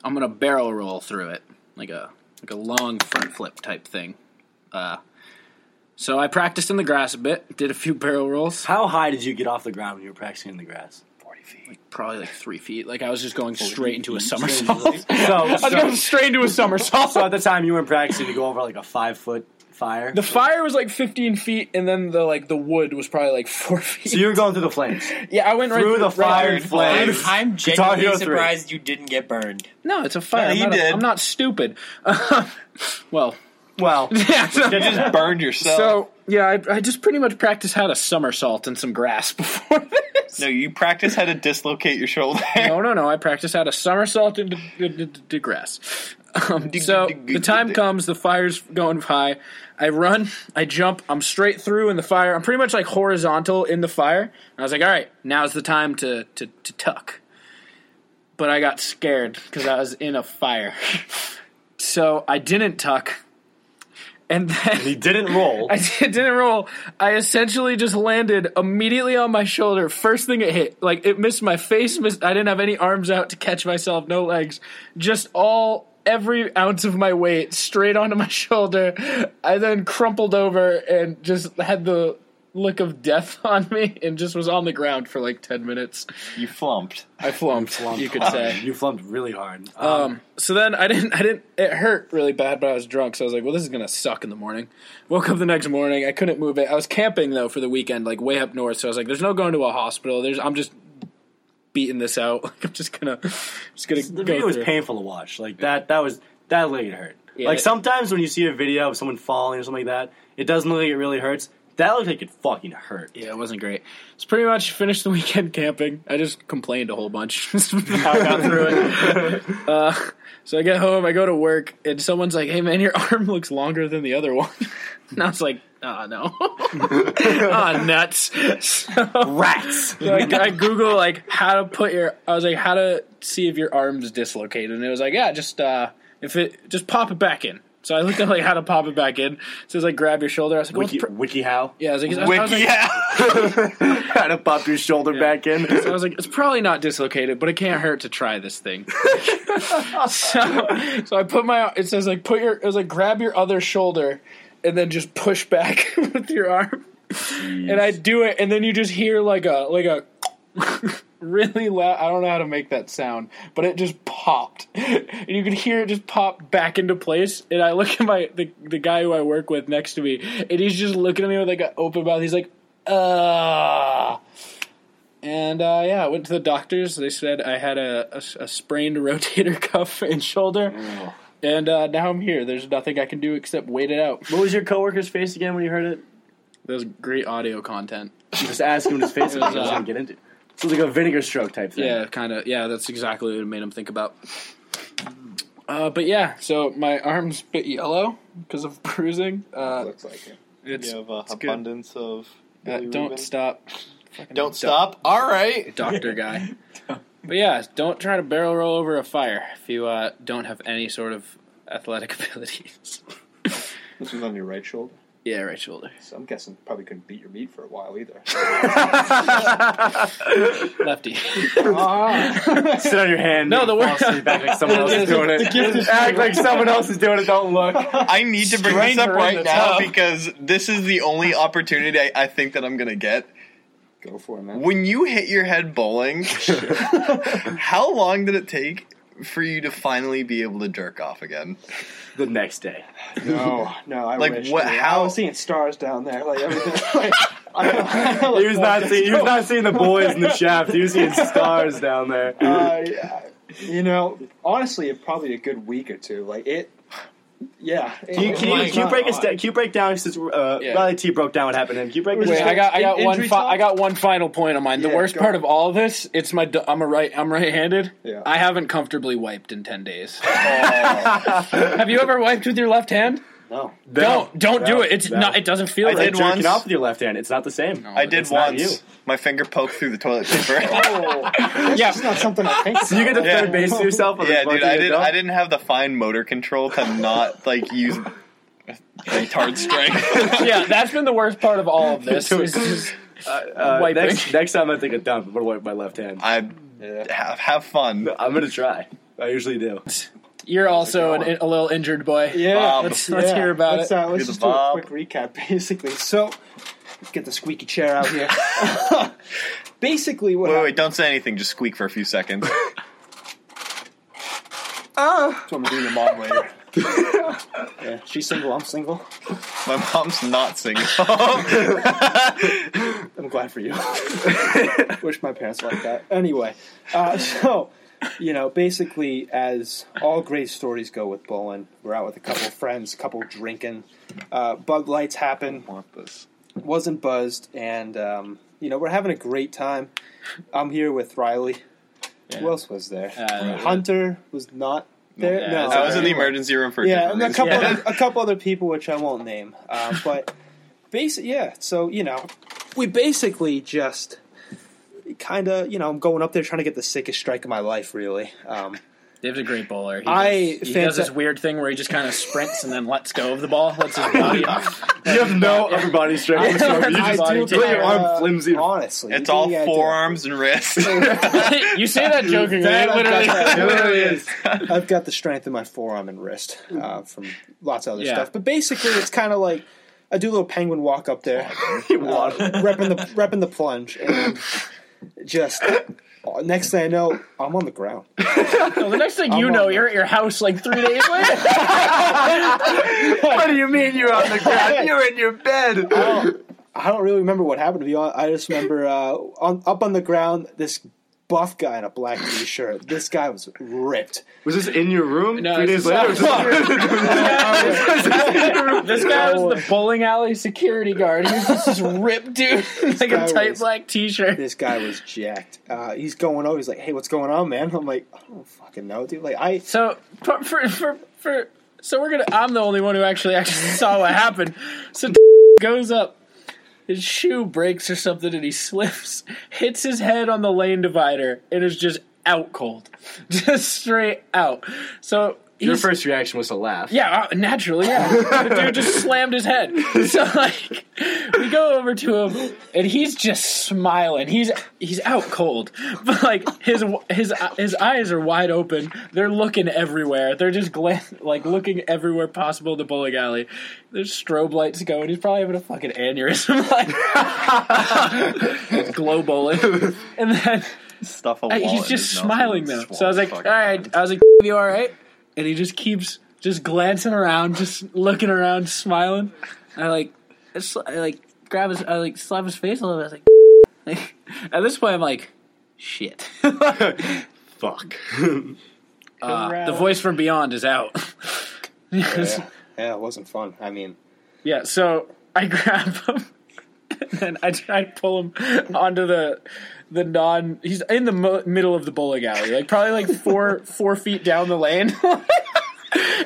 Speaker 6: I'm gonna barrel roll through it, like a like a long front flip type thing." Uh, so I practiced in the grass a bit, did a few barrel rolls,
Speaker 2: How high did you get off the ground when you were practicing in the grass?
Speaker 6: probably like three feet. Like I was just going straight into a somersault.
Speaker 2: So,
Speaker 6: I was
Speaker 2: so,
Speaker 6: going straight into a somersault.
Speaker 2: so at the time you weren't practicing, you go over like a five foot fire.
Speaker 6: The fire was like 15 feet, and then the like the wood was probably like four feet.
Speaker 2: so you were going through the flames.
Speaker 6: yeah, I went right
Speaker 2: Through the
Speaker 6: right-
Speaker 2: fire and flames.
Speaker 1: I'm, I'm
Speaker 2: Guitar Hero 3.
Speaker 1: genuinely surprised you didn't get burned.
Speaker 6: No, it's a fire.
Speaker 3: No,
Speaker 6: I'm,
Speaker 3: he
Speaker 6: not a-
Speaker 3: did.
Speaker 6: I'm not stupid. well,
Speaker 2: Well,
Speaker 6: yeah. So,
Speaker 3: You just burned yourself.
Speaker 6: so, yeah, I, I just pretty much practiced how to somersault in some grass before this.
Speaker 3: no, you practice how to dislocate your shoulder.
Speaker 6: No, no, no. I practiced how to somersault into d- d- d- d- grass. Um, so the time comes, the fire's going high. I run, I jump, I'm straight through in the fire. I'm pretty much like horizontal in the fire. And I was like, all right, now's the time to, to, to tuck. But I got scared because I was in a fire. so I didn't tuck. And then
Speaker 2: he didn't roll.
Speaker 6: I did- didn't roll. I essentially just landed immediately on my shoulder. First thing it hit, like it missed my face. Missed, I didn't have any arms out to catch myself, no legs. Just all every ounce of my weight straight onto my shoulder. I then crumpled over and just had the look of death on me, and just was on the ground for like ten minutes.
Speaker 3: you flumped.
Speaker 6: I flumped, Um, you could say.
Speaker 2: You flumped really hard.
Speaker 6: Um, so then I didn't, I didn't, it hurt really bad, but I was drunk. So I was like, well, this is going to suck in the morning. Woke up the next morning. I couldn't move it. I was camping though for the weekend, like way up north. So I was like, there's no going to a hospital. There's, I'm just beating this out. Like I'm just gonna, just gonna
Speaker 2: the
Speaker 6: go
Speaker 2: video was
Speaker 6: through.
Speaker 2: painful to watch. Like that, that was that really hurt.
Speaker 6: Yeah.
Speaker 2: Like sometimes when you see a video of someone falling or something like that, it doesn't look like it really hurts. That looked like it fucking hurt.
Speaker 6: yeah, it wasn't great. It's pretty much finished the weekend camping. I just complained a whole bunch. How I got through it. Uh, so I get home, I go to work, and someone's like, "Hey man, your arm looks longer than the other one." and I was like, "Ah no, ah nuts." So,
Speaker 2: Rats.
Speaker 6: so I, I Google like how to put your. I was like, how to see if your arm's dislocated, and it was like, yeah, just uh, if it just pop it back in. So I looked at like how to pop it back in. So it's like grab your shoulder. I was like,
Speaker 2: Wiki,
Speaker 6: "What's pr-"
Speaker 2: WikiHow.
Speaker 6: yeah, I was like, I was
Speaker 3: Wiki,
Speaker 6: like-
Speaker 3: yeah.
Speaker 2: Kind of pop your shoulder back in.
Speaker 6: So I was like, it's probably not dislocated, but it can't hurt to try this thing. so, so I put my, it says like, put your, it was like, grab your other shoulder and then just push back with your arm. And I do it, and then you just hear like a, like a, really loud, I don't know how to make that sound, but it just popped. And you could hear it just pop back into place. And I look at my, the, the guy who I work with next to me, and he's just looking at me with like an open mouth. He's like, uh and uh, yeah, I went to the doctors. They said I had a, a, a sprained rotator cuff and shoulder. And uh, now I'm here. There's nothing I can do except wait it out.
Speaker 2: What was your coworker's face again when you heard it?
Speaker 6: That was great audio content.
Speaker 2: Just ask him what his face
Speaker 6: It
Speaker 2: was,
Speaker 6: was,
Speaker 2: I was
Speaker 6: uh,
Speaker 2: gonna get into. So it's like a vinegar stroke type thing.
Speaker 6: Yeah, kind of. Yeah, that's exactly what it made him think about. Uh, but yeah, so my arms bit yellow because of bruising. Uh,
Speaker 5: looks like it.
Speaker 6: it's
Speaker 3: you have uh,
Speaker 6: good.
Speaker 3: abundance of.
Speaker 6: uh,
Speaker 3: bilirubin.
Speaker 6: don't stop,
Speaker 3: Don't stop. All right.
Speaker 6: doctor guy. but yeah, don't try to barrel roll over a fire if you uh, don't have any sort of athletic abilities.
Speaker 5: This was on your right shoulder,
Speaker 6: yeah, right shoulder.
Speaker 5: so I'm guessing probably couldn't beat your meat for a while either.
Speaker 6: Lefty.
Speaker 2: Sit on your hand.
Speaker 6: No, the
Speaker 2: and fall
Speaker 6: word-
Speaker 2: asleep, act like someone else is doing
Speaker 5: The gift
Speaker 2: it.
Speaker 5: is-
Speaker 2: Act like someone else is doing it. Don't look.
Speaker 3: I need to bring this
Speaker 2: Stranger
Speaker 3: up
Speaker 2: in
Speaker 3: right
Speaker 2: the
Speaker 3: now
Speaker 2: tub.
Speaker 3: because this is the only opportunity I, I think that I'm gonna get.
Speaker 5: Go for it, man.
Speaker 3: When you hit your head bowling, how long did it take for you to finally be able to jerk off again?
Speaker 2: The next day.
Speaker 5: No, no, I
Speaker 3: Like,
Speaker 5: wish,
Speaker 3: what-
Speaker 5: dude.
Speaker 3: how-
Speaker 5: I was seeing stars down there, like everything. Like, I, I,
Speaker 2: He was not seeing. He was not seeing the boys in the shaft. He was seeing stars down there.
Speaker 5: Uh, you know, honestly, it probably a good week or two. Like it, yeah. Oh
Speaker 2: Can you,
Speaker 5: It-
Speaker 2: can you,
Speaker 1: my
Speaker 2: can you
Speaker 1: God.
Speaker 2: break us down? Can you break down since uh,
Speaker 6: Yeah.
Speaker 2: Riley T broke down what happened to him? Can you break us
Speaker 6: Wait,
Speaker 2: down?
Speaker 6: I got I got
Speaker 5: In-
Speaker 6: one
Speaker 5: injury
Speaker 6: fi-
Speaker 5: talk?
Speaker 6: I got one final point on mine. the
Speaker 5: Yeah,
Speaker 6: worst
Speaker 5: go.
Speaker 6: part of all this, it's my d- I'm a right I'm right-handed.
Speaker 5: Yeah.
Speaker 6: I haven't comfortably wiped in 10 days.
Speaker 2: Oh.
Speaker 6: Have you ever wiped with your left hand?
Speaker 5: no.
Speaker 2: No,
Speaker 6: don't don't
Speaker 2: no,
Speaker 6: do it. It's
Speaker 2: no.
Speaker 6: not it doesn't feel
Speaker 3: I
Speaker 6: right.
Speaker 2: Like
Speaker 3: did
Speaker 2: jerking
Speaker 3: once.
Speaker 2: off with your left hand. It's not the same.
Speaker 3: I did
Speaker 2: it's not you.
Speaker 3: once. My finger poked through the toilet paper.
Speaker 5: Oh,
Speaker 6: Yeah.
Speaker 5: it's not something I think.
Speaker 2: So you get to
Speaker 3: Yeah.
Speaker 2: third base to yourself. on this
Speaker 3: yeah, dude,
Speaker 2: monkey
Speaker 3: I didn't.
Speaker 2: adult?
Speaker 3: I didn't have the fine motor control to not like use retard strength.
Speaker 6: yeah, that's been the worst part of all of this. is just-
Speaker 2: Uh,
Speaker 6: Wiping.
Speaker 2: next, next time I take a dump, I'm gonna wipe my left hand.
Speaker 3: I
Speaker 5: Yeah.
Speaker 3: have, have fun.
Speaker 2: I'm gonna try. I usually do.
Speaker 6: you're also an, a little injured boy.
Speaker 5: Yeah,
Speaker 3: Bob.
Speaker 6: Let's let's
Speaker 5: Yeah,
Speaker 6: hear about
Speaker 5: let's,
Speaker 6: it.
Speaker 5: Uh, let's
Speaker 3: Do the
Speaker 5: just do a
Speaker 3: Bob.
Speaker 5: quick recap, basically. So, get the squeaky chair out here. basically, what
Speaker 3: Wait,
Speaker 5: happened-
Speaker 3: wait, don't say anything. Just squeak for a few seconds.
Speaker 5: That's what I'm doing your mom later. yeah, she's single. I'm single.
Speaker 3: My mom's not single. I
Speaker 5: I'm glad for you. Wish my parents were like that. Anyway, uh, so you know, basically, as all great stories go with bowling, we're out with a couple of friends, a couple drinking. Uh, Bud Lights happen.
Speaker 3: want this.
Speaker 5: Wasn't buzzed, and um, you know we're having a great time. I'm here with Riley. Who else was there?
Speaker 6: Uh,
Speaker 5: Hunter was not there.
Speaker 6: Yeah,
Speaker 5: no,
Speaker 6: that's
Speaker 3: I was in the
Speaker 5: Anyway.
Speaker 3: emergency room for a
Speaker 5: Yeah,
Speaker 3: different reason.
Speaker 5: and a couple other, a couple other people which I won't name, uh, but basic yeah. So you know, we basically just kind of you know I'm going up there trying to get the sickest strike of my life. Really, um,
Speaker 6: Dave's a great bowler. He
Speaker 5: I
Speaker 6: does, he does
Speaker 5: fanta-
Speaker 6: this weird thing where he just kind of sprints and then lets go of the ball, lets his body
Speaker 2: You have no upper body strength. whatsoever. You
Speaker 6: I
Speaker 2: just
Speaker 6: do
Speaker 2: put your
Speaker 6: care.
Speaker 2: arm flimsy.
Speaker 5: Uh, honestly,
Speaker 3: It's
Speaker 5: you
Speaker 3: all
Speaker 5: think I do.
Speaker 3: forearms and wrists.
Speaker 6: you say that jokingly.
Speaker 5: That
Speaker 6: it
Speaker 5: I've
Speaker 6: literally,
Speaker 5: got
Speaker 2: It really is.
Speaker 5: I've got the strength in my forearm and wrist uh, from lots of other
Speaker 6: Mm. Yeah.
Speaker 5: stuff, but basically it's kind of like I do a little penguin walk up there. uh, repping the repping the plunge and just uh, next thing I know I'm on the ground.
Speaker 6: Well, the next thing you
Speaker 5: I'm
Speaker 6: know,
Speaker 5: on
Speaker 6: you're at your house like three days later.
Speaker 2: What do you mean you're on the ground? You're in your bed.
Speaker 5: I don't, I don't really remember what happened to be honest. I just remember uh, on, up on the ground this buff guy in a black t-shirt. This guy was ripped.
Speaker 2: Was this in your room?
Speaker 6: No,
Speaker 2: Three
Speaker 6: this
Speaker 2: days
Speaker 6: is
Speaker 2: later. Was this
Speaker 6: outside. this guy was the bowling alley security guard. He was just this ripped dude, in, like
Speaker 5: guy
Speaker 6: a tight
Speaker 5: was-
Speaker 6: black t-shirt.
Speaker 5: This guy was jacked. Uh, he's going over. He's like, "Hey, what's going on, man?" I'm like, "I don't fucking know, dude." Like, I
Speaker 6: So for for for. for so we're gonna. I'm the only one who actually actually saw what happened. So goes up, his shoe breaks or something, and he slips, hits his head on the lane divider, and is just out cold, just straight out. So
Speaker 2: Your
Speaker 6: he's-
Speaker 2: first reaction was to laugh.
Speaker 6: Yeah, uh, naturally, yeah. the dude just slammed his head. So like, we go over to him, and he's just smiling. He's he's out cold, but like his his his eyes are wide open. They're looking everywhere. They're just glan- like looking everywhere possible in the bowling alley. There's strobe lights going. He's probably having a fucking aneurysm, like glow bowling, and then
Speaker 3: Stuff a
Speaker 6: I-
Speaker 3: wallet
Speaker 6: he's
Speaker 3: in his
Speaker 6: just
Speaker 3: mouth and
Speaker 6: smiling though.
Speaker 3: swallow
Speaker 6: So I was
Speaker 3: the
Speaker 6: like, all
Speaker 3: fucking
Speaker 6: right.
Speaker 3: thing.
Speaker 6: I was like, you all right? And he just keeps just glancing around, just looking around, smiling. I like, I sl- I like grab his, I like slap his face a little bit. I was like, like, at this point, I'm like, shit.
Speaker 2: Fuck.
Speaker 6: Uh, the voice from beyond is out.
Speaker 5: Yeah. yeah, it wasn't fun. I mean,
Speaker 6: Yeah, so I grab him and then I try to pull him onto the the non. He's in the mo- middle of the bowling alley, like probably like four four feet down the lane.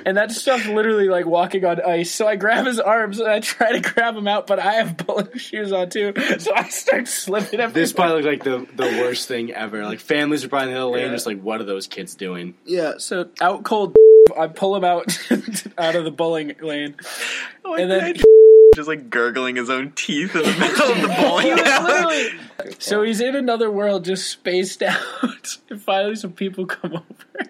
Speaker 6: And that stuff's literally like walking on ice. So I grab his arms and I try to grab him out, but I have bowling shoes on too. So I start slipping everywhere.
Speaker 2: This probably looked like the, the worst thing ever. Like families are probably in the other lane, just like, what are those kids doing?
Speaker 6: Yeah, so out cold. I pull him out out of the bowling lane, and then
Speaker 3: just like gurgling his own teeth in the middle of the bowling alley.
Speaker 6: Literally. So he's in another world, just spaced out. and finally, some people come over.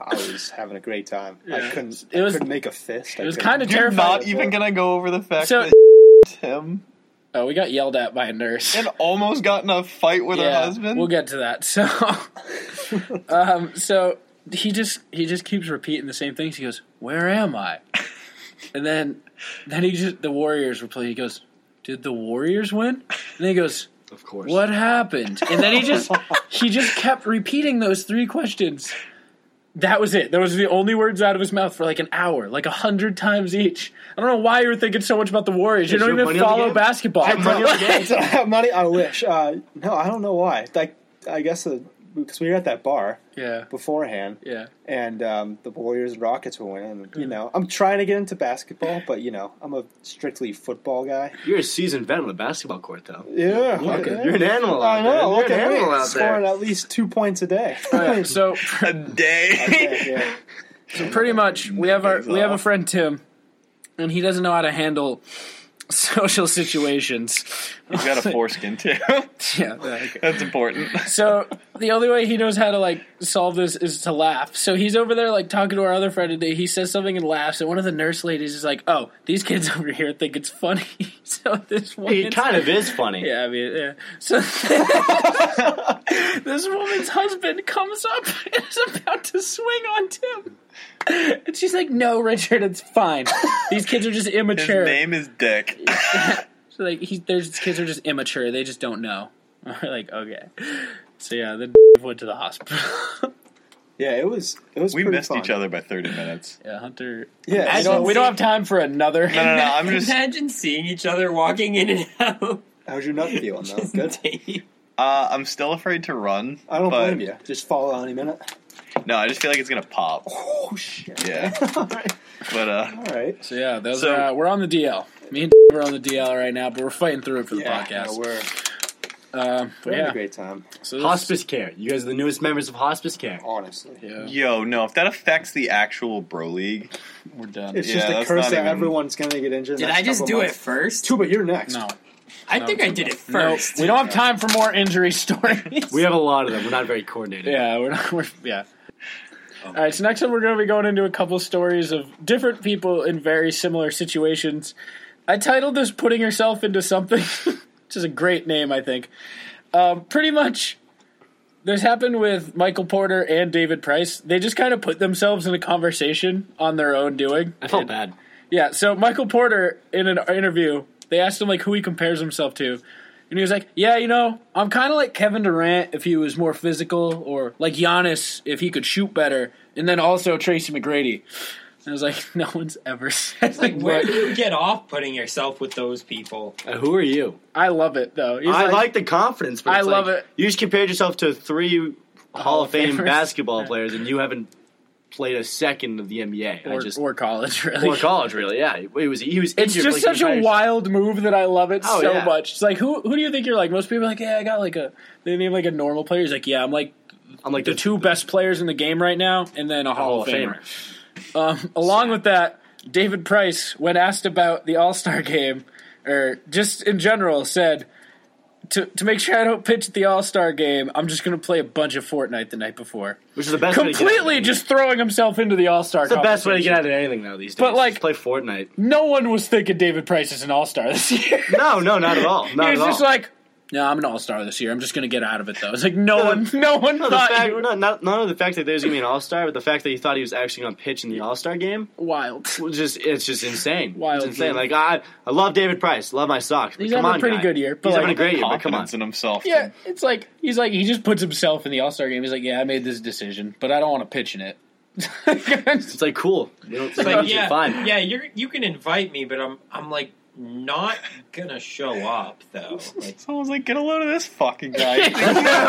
Speaker 5: I was having a great time. I couldn't.
Speaker 6: It was-
Speaker 5: I couldn't make a fist.
Speaker 6: It was kind of
Speaker 3: You're
Speaker 6: terrifying.
Speaker 3: not even gonna go over the fact
Speaker 6: So-
Speaker 3: that Tim
Speaker 6: oh, we got yelled at by a nurse.
Speaker 3: and almost got in a fight with her husband.
Speaker 6: We'll get to that. So, um, so he just he just keeps repeating the same things. He goes, "Where am I?" And then then he just the Warriors were playing. He goes, "Did the Warriors win?" And he goes,
Speaker 2: Of course.
Speaker 6: "What happened?" And then he just he just kept repeating those three questions. That was it. Those were the only words out of his mouth for like an hour, like a hundred times each. I don't know why you were thinking so much about the Warriors. You
Speaker 2: Is your
Speaker 6: don't even
Speaker 2: money on the
Speaker 6: follow
Speaker 2: game?
Speaker 6: basketball.
Speaker 2: money on the game.
Speaker 5: Did I have money? I wish. Uh, no, I don't know why. Like, I guess uh, because we were at that bar
Speaker 6: yeah,
Speaker 5: beforehand,
Speaker 6: yeah.
Speaker 5: and um, the Warriors and Rockets were winning. And, you know, I'm trying to get into basketball, but you know, I'm a strictly football guy.
Speaker 2: You're a seasoned vet on a basketball court, though.
Speaker 5: Yeah,
Speaker 2: Look, You're an animal out
Speaker 5: I know.
Speaker 2: there.
Speaker 5: Look
Speaker 2: You're an
Speaker 5: at
Speaker 2: animal
Speaker 5: me
Speaker 2: out
Speaker 5: scoring
Speaker 2: there.
Speaker 5: at least two points a day.
Speaker 6: Alright, so
Speaker 3: a day.
Speaker 5: yeah, yeah.
Speaker 6: pretty much we have our
Speaker 3: things
Speaker 6: we have a
Speaker 3: off.
Speaker 6: friend Tim, and he doesn't know how to handle social situations.
Speaker 3: He's got a foreskin too.
Speaker 6: Yeah. okay.
Speaker 3: That's important.
Speaker 6: So the only way he knows how to like solve this is to laugh. So he's over there like talking to our other friend and he says something and laughs, and one of the nurse ladies is like, "Oh, these kids over here think it's funny." so this one,
Speaker 2: It kind of is funny.
Speaker 6: Yeah, I mean, yeah. So this woman's husband comes up and is about to swing on Tim. And she's like, No, Richard, it's fine. These kids are just
Speaker 3: His
Speaker 6: immature.
Speaker 3: name is Dick.
Speaker 6: So, like, he, these kids are just immature. They just don't know. We're like, Okay. So, yeah, then went to the hospital.
Speaker 5: Yeah, it was. It was.
Speaker 3: We
Speaker 5: pretty
Speaker 3: missed
Speaker 5: fun.
Speaker 3: each other by 30 minutes.
Speaker 6: yeah, Hunter.
Speaker 5: Yeah,
Speaker 6: I
Speaker 5: so-
Speaker 6: don't, we don't have time for another.
Speaker 3: No, no, no. I'm just.
Speaker 1: Imagine seeing each other walking in and out.
Speaker 5: How's your nut feeling though? Good.
Speaker 1: Good.
Speaker 3: Uh, I'm still afraid to run.
Speaker 5: I don't
Speaker 3: but-
Speaker 5: blame you. Just fall out any minute.
Speaker 3: No, I just feel like it's gonna pop.
Speaker 5: Oh shit.
Speaker 3: Yeah.
Speaker 5: All right.
Speaker 3: But uh,
Speaker 5: All right.
Speaker 6: So, yeah, those
Speaker 3: So-
Speaker 6: are, uh, we're on the DL. Me and we're on the DL right now, but we're fighting through it for the
Speaker 5: no,
Speaker 6: podcast.
Speaker 5: we're,
Speaker 6: Um, but
Speaker 5: we're having
Speaker 6: yeah,
Speaker 5: a great time.
Speaker 6: so this-
Speaker 2: Hospice care. You guys are the newest members of hospice care.
Speaker 5: Honestly,
Speaker 6: Yeah,
Speaker 3: yo, no. If that affects the actual bro league,
Speaker 6: we're done.
Speaker 5: it's
Speaker 3: Yeah,
Speaker 5: just a
Speaker 3: that's
Speaker 5: curse
Speaker 3: not
Speaker 5: that
Speaker 3: even-
Speaker 5: everyone's gonna get injured. in the
Speaker 1: Did
Speaker 5: next
Speaker 1: I just
Speaker 5: couple
Speaker 1: do it
Speaker 5: months.
Speaker 1: first?
Speaker 5: Two, but you're next.
Speaker 6: no.
Speaker 1: I think I did it first.
Speaker 6: Nope. We don't have time for more injury stories.
Speaker 2: We have a lot of them. We're not very coordinated.
Speaker 6: yeah, we're not. We're, yeah. All right. So next up, we're going to be going into a couple stories of different people in very similar situations. I titled this "Putting Yourself into Something," which is a great name, I think. Um, pretty much, this happened with Michael Porter and David Price. They just kind of put themselves in a conversation on their own doing.
Speaker 2: I felt bad.
Speaker 6: Yeah, so Michael Porter in an interview, they asked him like who he compares himself to. And he was like, "Yeah, you know, I'm kind of like Kevin Durant if he was more physical or like Giannis if he could shoot better and then also Tracy McGrady." And I was like, "No one's ever said
Speaker 1: It's like, where
Speaker 6: that."
Speaker 1: do you get off putting yourself with those people?
Speaker 2: Uh, who are you?
Speaker 6: I love it though. He's
Speaker 2: I like, the confidence. But
Speaker 6: I
Speaker 2: it's
Speaker 6: love
Speaker 2: like,
Speaker 6: it.
Speaker 2: You just compared yourself to three Hall of Fame
Speaker 6: Famers.
Speaker 2: basketball players, and you haven't played a second of the NBA. I
Speaker 6: or,
Speaker 2: just
Speaker 6: or college really.
Speaker 2: or college, really? Yeah, he was. He was.
Speaker 6: It's
Speaker 2: injured for,
Speaker 6: just
Speaker 2: like,
Speaker 6: such a
Speaker 2: entire-
Speaker 6: wild move that I love it
Speaker 2: Oh,
Speaker 6: so
Speaker 2: yeah.
Speaker 6: much. It's like who who do you think you're like? Most people are like, "Yeah, I got like a they name like a normal player." He's like, "Yeah, I'm like
Speaker 2: I'm like
Speaker 6: the two best players in the game right now, and then a Hall, of Famer. Um, along with that, David Price, when asked about the All Star game, or just in general, said, to, to make sure I don't pitch at the All Star game, I'm just going to play a bunch of Fortnite the night before.
Speaker 2: which is the best. way to get out of
Speaker 6: Completely
Speaker 2: it.
Speaker 6: just throwing himself into the All Star
Speaker 2: It's the best way to get out of anything now these days.
Speaker 6: But, like-
Speaker 2: Just play Fortnite.
Speaker 6: No one was thinking David Price is an All Star this year.
Speaker 2: No, no, not at all. Not at
Speaker 6: he was
Speaker 2: all.
Speaker 6: just like, no, I'm an All Star this year. I'm just going to get out of it, though. It's like, no one, no one
Speaker 2: No, the
Speaker 6: thought
Speaker 2: fact,
Speaker 6: you were
Speaker 2: no, not, not only the fact that there's gonna be an All Star, but the fact that he thought he was actually gonna pitch in the All Star game,
Speaker 6: wild.
Speaker 2: was just it's just insane.
Speaker 6: Wild,
Speaker 2: it's insane.
Speaker 6: dude.
Speaker 2: Like I, I love David Price, love my socks. But
Speaker 6: He's
Speaker 2: come
Speaker 6: having a
Speaker 2: on,
Speaker 6: pretty
Speaker 2: guy.
Speaker 6: good year, but,
Speaker 2: He's
Speaker 6: like-
Speaker 2: having a great year, but come on.
Speaker 3: confidence in himself.
Speaker 6: Yeah, it's like he's like he just puts himself in the All Star game. He's like, yeah, I made this decision, but I don't want to pitch in it.
Speaker 2: It's like cool. You don't think
Speaker 1: Like,
Speaker 2: it's
Speaker 1: yeah,
Speaker 2: fine.
Speaker 1: yeah, you you can invite me, but I'm I'm like not gonna show up though. Like,
Speaker 3: Someone's like, get a load of this fucking guy.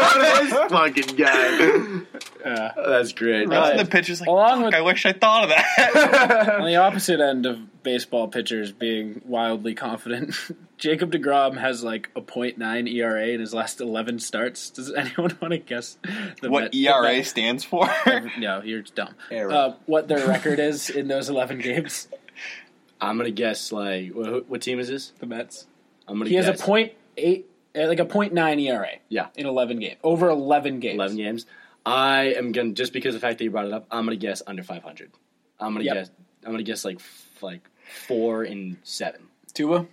Speaker 2: fucking guy.
Speaker 6: Uh,
Speaker 2: That's great.
Speaker 3: Right.
Speaker 2: Uh,
Speaker 3: The pitcher's like,
Speaker 6: Along
Speaker 3: "Fuck,
Speaker 6: with-
Speaker 3: I wish I thought of that.
Speaker 6: on the opposite end of baseball pitchers being wildly confident, Jacob DeGrom has like a .9 ERA in his last 11 starts. Does anyone want to guess the
Speaker 3: what E
Speaker 6: Met-
Speaker 3: ERA stands for?
Speaker 6: The Met- no, you're dumb.
Speaker 5: Error.
Speaker 6: Uh, what their record is in those 11 games?
Speaker 2: I'm gonna guess like what, what team is this?
Speaker 6: The Mets.
Speaker 2: I'm gonna
Speaker 6: He
Speaker 2: guess
Speaker 6: has a point eight, uh, like a point nine ERA.
Speaker 2: Yeah.
Speaker 6: in eleven games, over eleven games.
Speaker 2: eleven games. I am gonna just because of the fact that you brought it up. I'm gonna guess under 500. I'm gonna
Speaker 6: Yep.
Speaker 2: guess. I'm gonna guess like f- like four and seven.
Speaker 6: Tua,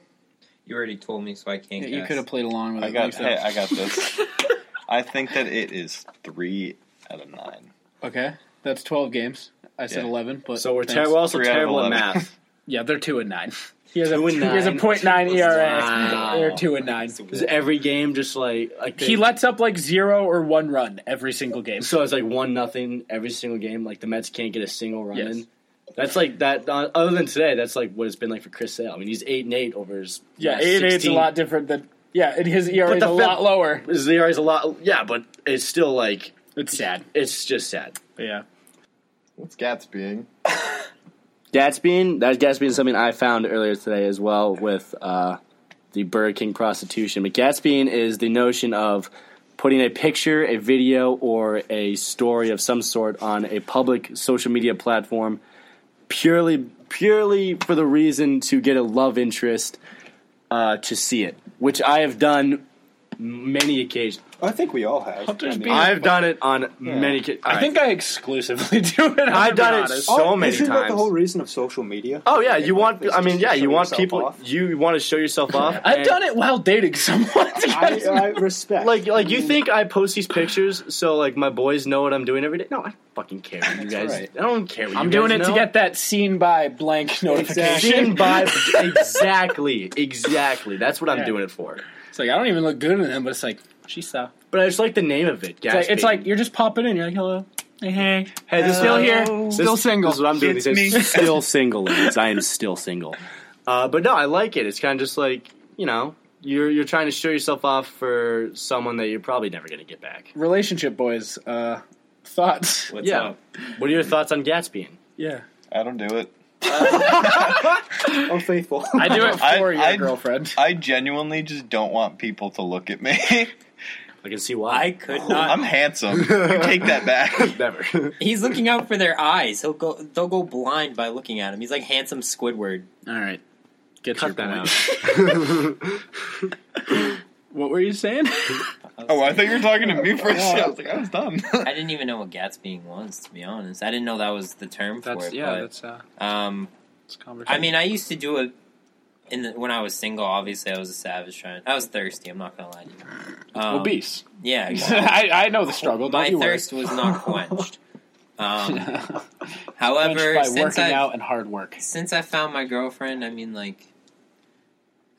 Speaker 1: you already told me, so I can't.
Speaker 6: you
Speaker 1: guess.
Speaker 6: could have played along with.
Speaker 3: I
Speaker 6: it
Speaker 3: got, hey,
Speaker 6: yourself.
Speaker 3: I got this. I think that it is three out of nine.
Speaker 6: Okay, that's twelve games. I said
Speaker 3: Yeah.
Speaker 6: eleven, but
Speaker 2: So we're
Speaker 6: thanks.
Speaker 2: ter- we're also
Speaker 3: Three out of
Speaker 2: terrible at
Speaker 3: 11.
Speaker 2: math.
Speaker 6: Yeah, they're two and nine. He has
Speaker 2: Two
Speaker 6: a
Speaker 2: and
Speaker 6: he has a
Speaker 2: nine.
Speaker 6: point nine ERA.
Speaker 2: Wow.
Speaker 6: They're two and nine.
Speaker 2: Is every game just like like
Speaker 6: He lets up like zero or one run every single game.
Speaker 2: So it's like one nothing every single game. Like the Mets can't get a single run
Speaker 6: Yes.
Speaker 2: in. That's like that. Uh, other than today, that's like what it's been like for Chris Sale. I mean, he's eight and eight over his
Speaker 6: Yeah,
Speaker 2: last
Speaker 6: eight eight's a
Speaker 2: 16.
Speaker 6: lot different than yeah, and his ERA
Speaker 2: But
Speaker 6: is
Speaker 2: the
Speaker 6: a
Speaker 2: fifth-
Speaker 6: lot lower.
Speaker 2: His ERA is a lot. Yeah, but it's still like
Speaker 6: It's sad.
Speaker 2: it's just sad.
Speaker 6: Yeah.
Speaker 3: What's Gats being?
Speaker 2: Gatsbying that Gatsbying is something I found earlier today as well with uh, the Burger King prostitution. But Gatsbying is the notion of putting a picture, a video, or a story of some sort on a public social media platform purely purely for the reason to get a love interest uh, to see it, which I have done many occasions.
Speaker 5: I think we all have.
Speaker 6: Hunter's
Speaker 5: I mean,
Speaker 6: being-
Speaker 2: I've done it on many. Ca-
Speaker 6: I think I exclusively do it. i
Speaker 2: I've done it so
Speaker 5: oh,
Speaker 2: many
Speaker 5: isn't that
Speaker 2: times.
Speaker 5: the whole reason of social media?
Speaker 2: Oh yeah, you
Speaker 5: Like,
Speaker 2: want.
Speaker 5: is
Speaker 2: I mean,
Speaker 5: to
Speaker 2: yeah,
Speaker 5: show
Speaker 2: you want
Speaker 5: yourself
Speaker 2: people.
Speaker 5: off.
Speaker 2: You want to show yourself off.
Speaker 6: I've
Speaker 2: and-
Speaker 6: done it while dating someone.
Speaker 5: I,
Speaker 6: uh,
Speaker 5: I respect.
Speaker 2: Like, like you think I post these pictures so like my boys know what I'm doing every day? No, I don't fucking care. what You guys,
Speaker 5: right.
Speaker 2: I don't care. What
Speaker 6: I'm
Speaker 2: you
Speaker 6: doing
Speaker 2: guys
Speaker 6: it to
Speaker 2: know.
Speaker 6: get that seen by blank notification.
Speaker 2: Seen by exactly, exactly. That's what I'm
Speaker 6: Yeah.
Speaker 2: doing it for.
Speaker 6: It's like I don't even look good in them, but it's like she saw.
Speaker 2: But I just like the name of it.
Speaker 6: It's like, it's like you're just popping in. You're like, hello, hey, hey, hey this still here, still single.
Speaker 2: Uh, This is what I'm doing.
Speaker 3: It's
Speaker 2: these days.
Speaker 3: me.
Speaker 2: Still single, ladies. I am still single. Uh, but no, I like it. It's kind of just like you know, you're you're trying to show yourself off for someone that you're probably never going to get back.
Speaker 6: Relationship boys, uh, thoughts.
Speaker 1: What's
Speaker 2: Yeah.
Speaker 1: up?
Speaker 2: What are your thoughts on Gatsby?
Speaker 6: Yeah,
Speaker 3: I don't do it.
Speaker 5: I'm faithful.
Speaker 6: I do it
Speaker 3: I-
Speaker 6: for your
Speaker 3: I-
Speaker 6: girlfriend.
Speaker 3: I genuinely just don't want people to look at me.
Speaker 2: I can see why.
Speaker 1: I could not.
Speaker 3: I'm handsome. You take that back.
Speaker 2: never.
Speaker 1: He's looking out for their eyes. He'll go. They'll go blind by looking at him. He's like handsome Squidward.
Speaker 6: All right, get
Speaker 2: Cut that out.
Speaker 6: What were you saying?
Speaker 3: Oh, I thought you were talking to me for a second. I was like, I was done.
Speaker 1: I didn't even know what Gatsbying was, to be honest. I didn't know that was the term for
Speaker 6: that's
Speaker 1: it.
Speaker 6: yeah,
Speaker 1: but,
Speaker 6: that's uh,
Speaker 1: um,
Speaker 6: it's conversation.
Speaker 1: I mean, I used to do it in the, when I was single. Obviously, I was a savage. Trying, I was thirsty. I'm not gonna lie to you. Um,
Speaker 6: obese.
Speaker 1: Yeah, exactly.
Speaker 6: I, I know the struggle. Don't
Speaker 1: my
Speaker 6: you worry.
Speaker 1: thirst was not quenched. Um,
Speaker 6: Quenched
Speaker 1: however,
Speaker 6: by
Speaker 1: since
Speaker 6: working
Speaker 1: I
Speaker 6: out and hard work.
Speaker 1: since I found my girlfriend, I mean, like,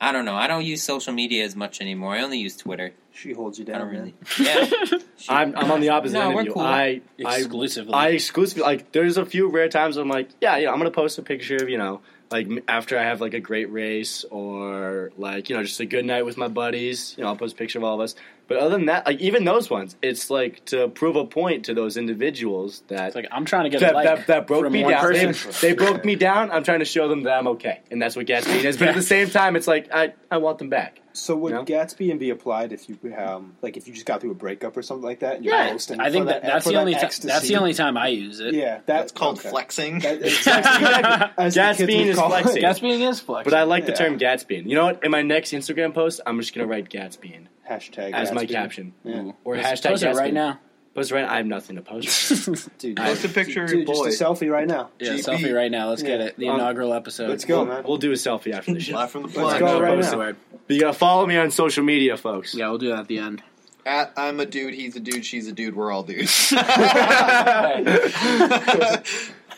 Speaker 1: I don't know. I don't use social media as much anymore. I only use Twitter.
Speaker 5: she holds you
Speaker 1: I
Speaker 5: down.
Speaker 1: don't really.
Speaker 5: man.
Speaker 1: Yeah,
Speaker 2: I'm, I'm on the opposite
Speaker 1: No,
Speaker 2: end
Speaker 1: we're
Speaker 2: of you.
Speaker 1: cool.
Speaker 2: I, I
Speaker 6: Exclusively.
Speaker 2: I exclusively like. There's a few rare times I'm like, yeah, you know, I'm gonna post a picture of you know, like m- after I have like a great race or like you know just a good night with my buddies. You know, I'll post a picture of all of us. But other than that, like even those ones, it's like to prove a point to those individuals that
Speaker 6: It's like I'm trying to get
Speaker 2: that,
Speaker 6: a like
Speaker 2: that, that broke
Speaker 6: from
Speaker 2: me
Speaker 6: one
Speaker 2: down. They,
Speaker 6: person.
Speaker 2: they broke me down. I'm trying to show them that I'm okay, and that's what Gatsby is. But at the same time, it's like I, I want them back.
Speaker 5: So would
Speaker 2: No?
Speaker 5: Gatsby and be applied if you um like if you just got through a breakup or something like that? And
Speaker 2: Yeah,
Speaker 5: you're posting
Speaker 6: I
Speaker 5: for
Speaker 6: think that, that's
Speaker 5: for
Speaker 6: the only
Speaker 5: that
Speaker 6: ti-
Speaker 5: ecstasy.
Speaker 6: that's the only time I use it.
Speaker 5: Yeah, that,
Speaker 3: That's called
Speaker 5: okay.
Speaker 3: flexing.
Speaker 5: That- exactly. As the kids
Speaker 2: Gatsby
Speaker 5: would
Speaker 2: is
Speaker 5: call it.
Speaker 2: flexing.
Speaker 6: Gatsby is flex.
Speaker 2: But I like the
Speaker 5: Yeah.
Speaker 2: term Gatsby. You know what? In my next Instagram post, I'm just gonna write Gatsby
Speaker 5: Hashtag
Speaker 2: as my
Speaker 5: Gatsby.
Speaker 2: caption
Speaker 5: Yeah.
Speaker 2: or
Speaker 6: Let's
Speaker 2: hashtag
Speaker 6: post it
Speaker 2: Gatsby.
Speaker 6: right now.
Speaker 2: Post right. I have nothing to post.
Speaker 5: Dude,
Speaker 3: Post a picture of your
Speaker 5: dude,
Speaker 3: boy.
Speaker 5: just a selfie right now.
Speaker 6: Yeah,
Speaker 3: GB.
Speaker 6: selfie right now. Let's get
Speaker 5: Yeah.
Speaker 6: it. The
Speaker 2: Um,
Speaker 6: inaugural episode.
Speaker 5: Let's go, man.
Speaker 2: We'll do a selfie after the show.
Speaker 3: Live from the
Speaker 5: Let's
Speaker 3: plug.
Speaker 5: go
Speaker 2: No
Speaker 5: right
Speaker 2: post
Speaker 5: now.
Speaker 2: it. But you gotta follow me on social media, folks.
Speaker 6: Yeah, we'll do that at the end.
Speaker 3: At I'm a dude, he's a dude, she's a dude, we're all dudes.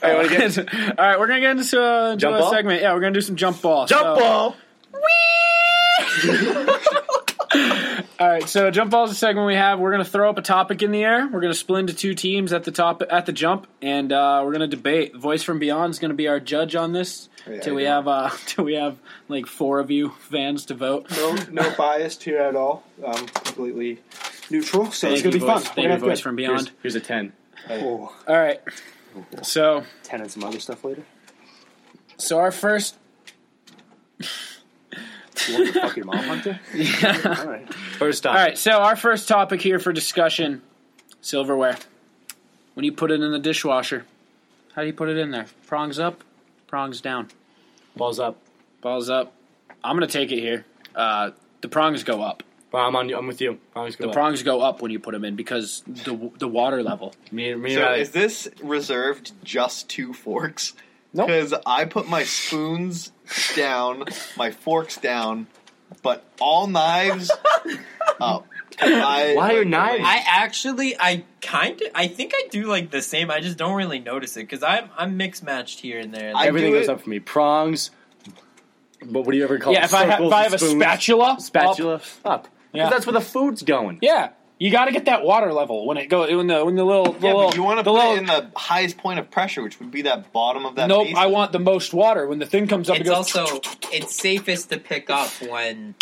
Speaker 2: Hey, wanna get-
Speaker 6: All right, we're gonna get into, uh, into
Speaker 2: Jump
Speaker 6: a
Speaker 2: ball?
Speaker 6: segment. Yeah, we're gonna do some jump ball.
Speaker 2: jump
Speaker 6: So-
Speaker 2: ball.
Speaker 6: All right, right, so jump balls is the segment we have. We're gonna throw up a topic in the air. We're gonna split into two teams at the top at the jump, and uh, we're gonna debate. Voice from Beyond is gonna be our judge on this
Speaker 5: Oh,
Speaker 6: till we have uh, till we have like four of you fans to vote.
Speaker 5: No, no bias here at all. Um, completely neutral. So it's
Speaker 6: Thank
Speaker 5: gonna
Speaker 6: you,
Speaker 5: be
Speaker 6: voice,
Speaker 5: fun.
Speaker 6: Thank you, voice from
Speaker 2: Here's,
Speaker 6: Beyond.
Speaker 2: here's a ten.
Speaker 5: Oh,
Speaker 6: All right, so
Speaker 5: ten and some other stuff later.
Speaker 6: so our first
Speaker 5: You want to fuck your mom, Hunter? All right.
Speaker 2: First
Speaker 6: All
Speaker 2: time.
Speaker 6: right, so our first topic here for discussion silverware. When you put it in the dishwasher, how do you put it in there? Prongs up, prongs down,
Speaker 2: Balls up.
Speaker 6: balls up. I'm going to take it here. Uh, the prongs go up.
Speaker 2: Well, I'm on. you- I'm with you. Prongs go
Speaker 6: The
Speaker 2: up.
Speaker 6: prongs go up when you put them in because the the water level.
Speaker 2: me, me and
Speaker 3: So
Speaker 2: Riley.
Speaker 3: is this reserved just to forks?
Speaker 6: Nope.
Speaker 3: Because I put my spoons down, my forks down, but all knives up. I,
Speaker 2: Why are
Speaker 3: like,
Speaker 2: knives-
Speaker 3: I-
Speaker 1: I actually, I kind of, I think I do like the same. I just don't really notice it because I'm I'm mixed matched here and there.
Speaker 3: I-
Speaker 2: Everything
Speaker 3: do
Speaker 2: goes
Speaker 3: it-
Speaker 2: up for me. Prongs. But what do you ever call?
Speaker 6: Yeah,
Speaker 2: it?
Speaker 6: if I, ha-
Speaker 2: Circles
Speaker 6: if
Speaker 2: and
Speaker 6: I have a
Speaker 2: spoons.
Speaker 6: spatula,
Speaker 2: spatula up.
Speaker 6: Yeah.
Speaker 2: 'Cause that's where the food's going.
Speaker 6: yeah, you got to get that water level when it go when the when the little the
Speaker 3: yeah,
Speaker 6: little
Speaker 3: but you want to
Speaker 6: the
Speaker 3: put
Speaker 6: little-
Speaker 3: it in the highest point of pressure, which would be that bottom of that.
Speaker 6: Nope,
Speaker 3: basin.
Speaker 6: I want the most water when the thing comes up.
Speaker 1: it's
Speaker 6: it goes,
Speaker 1: also it's safest to pick up when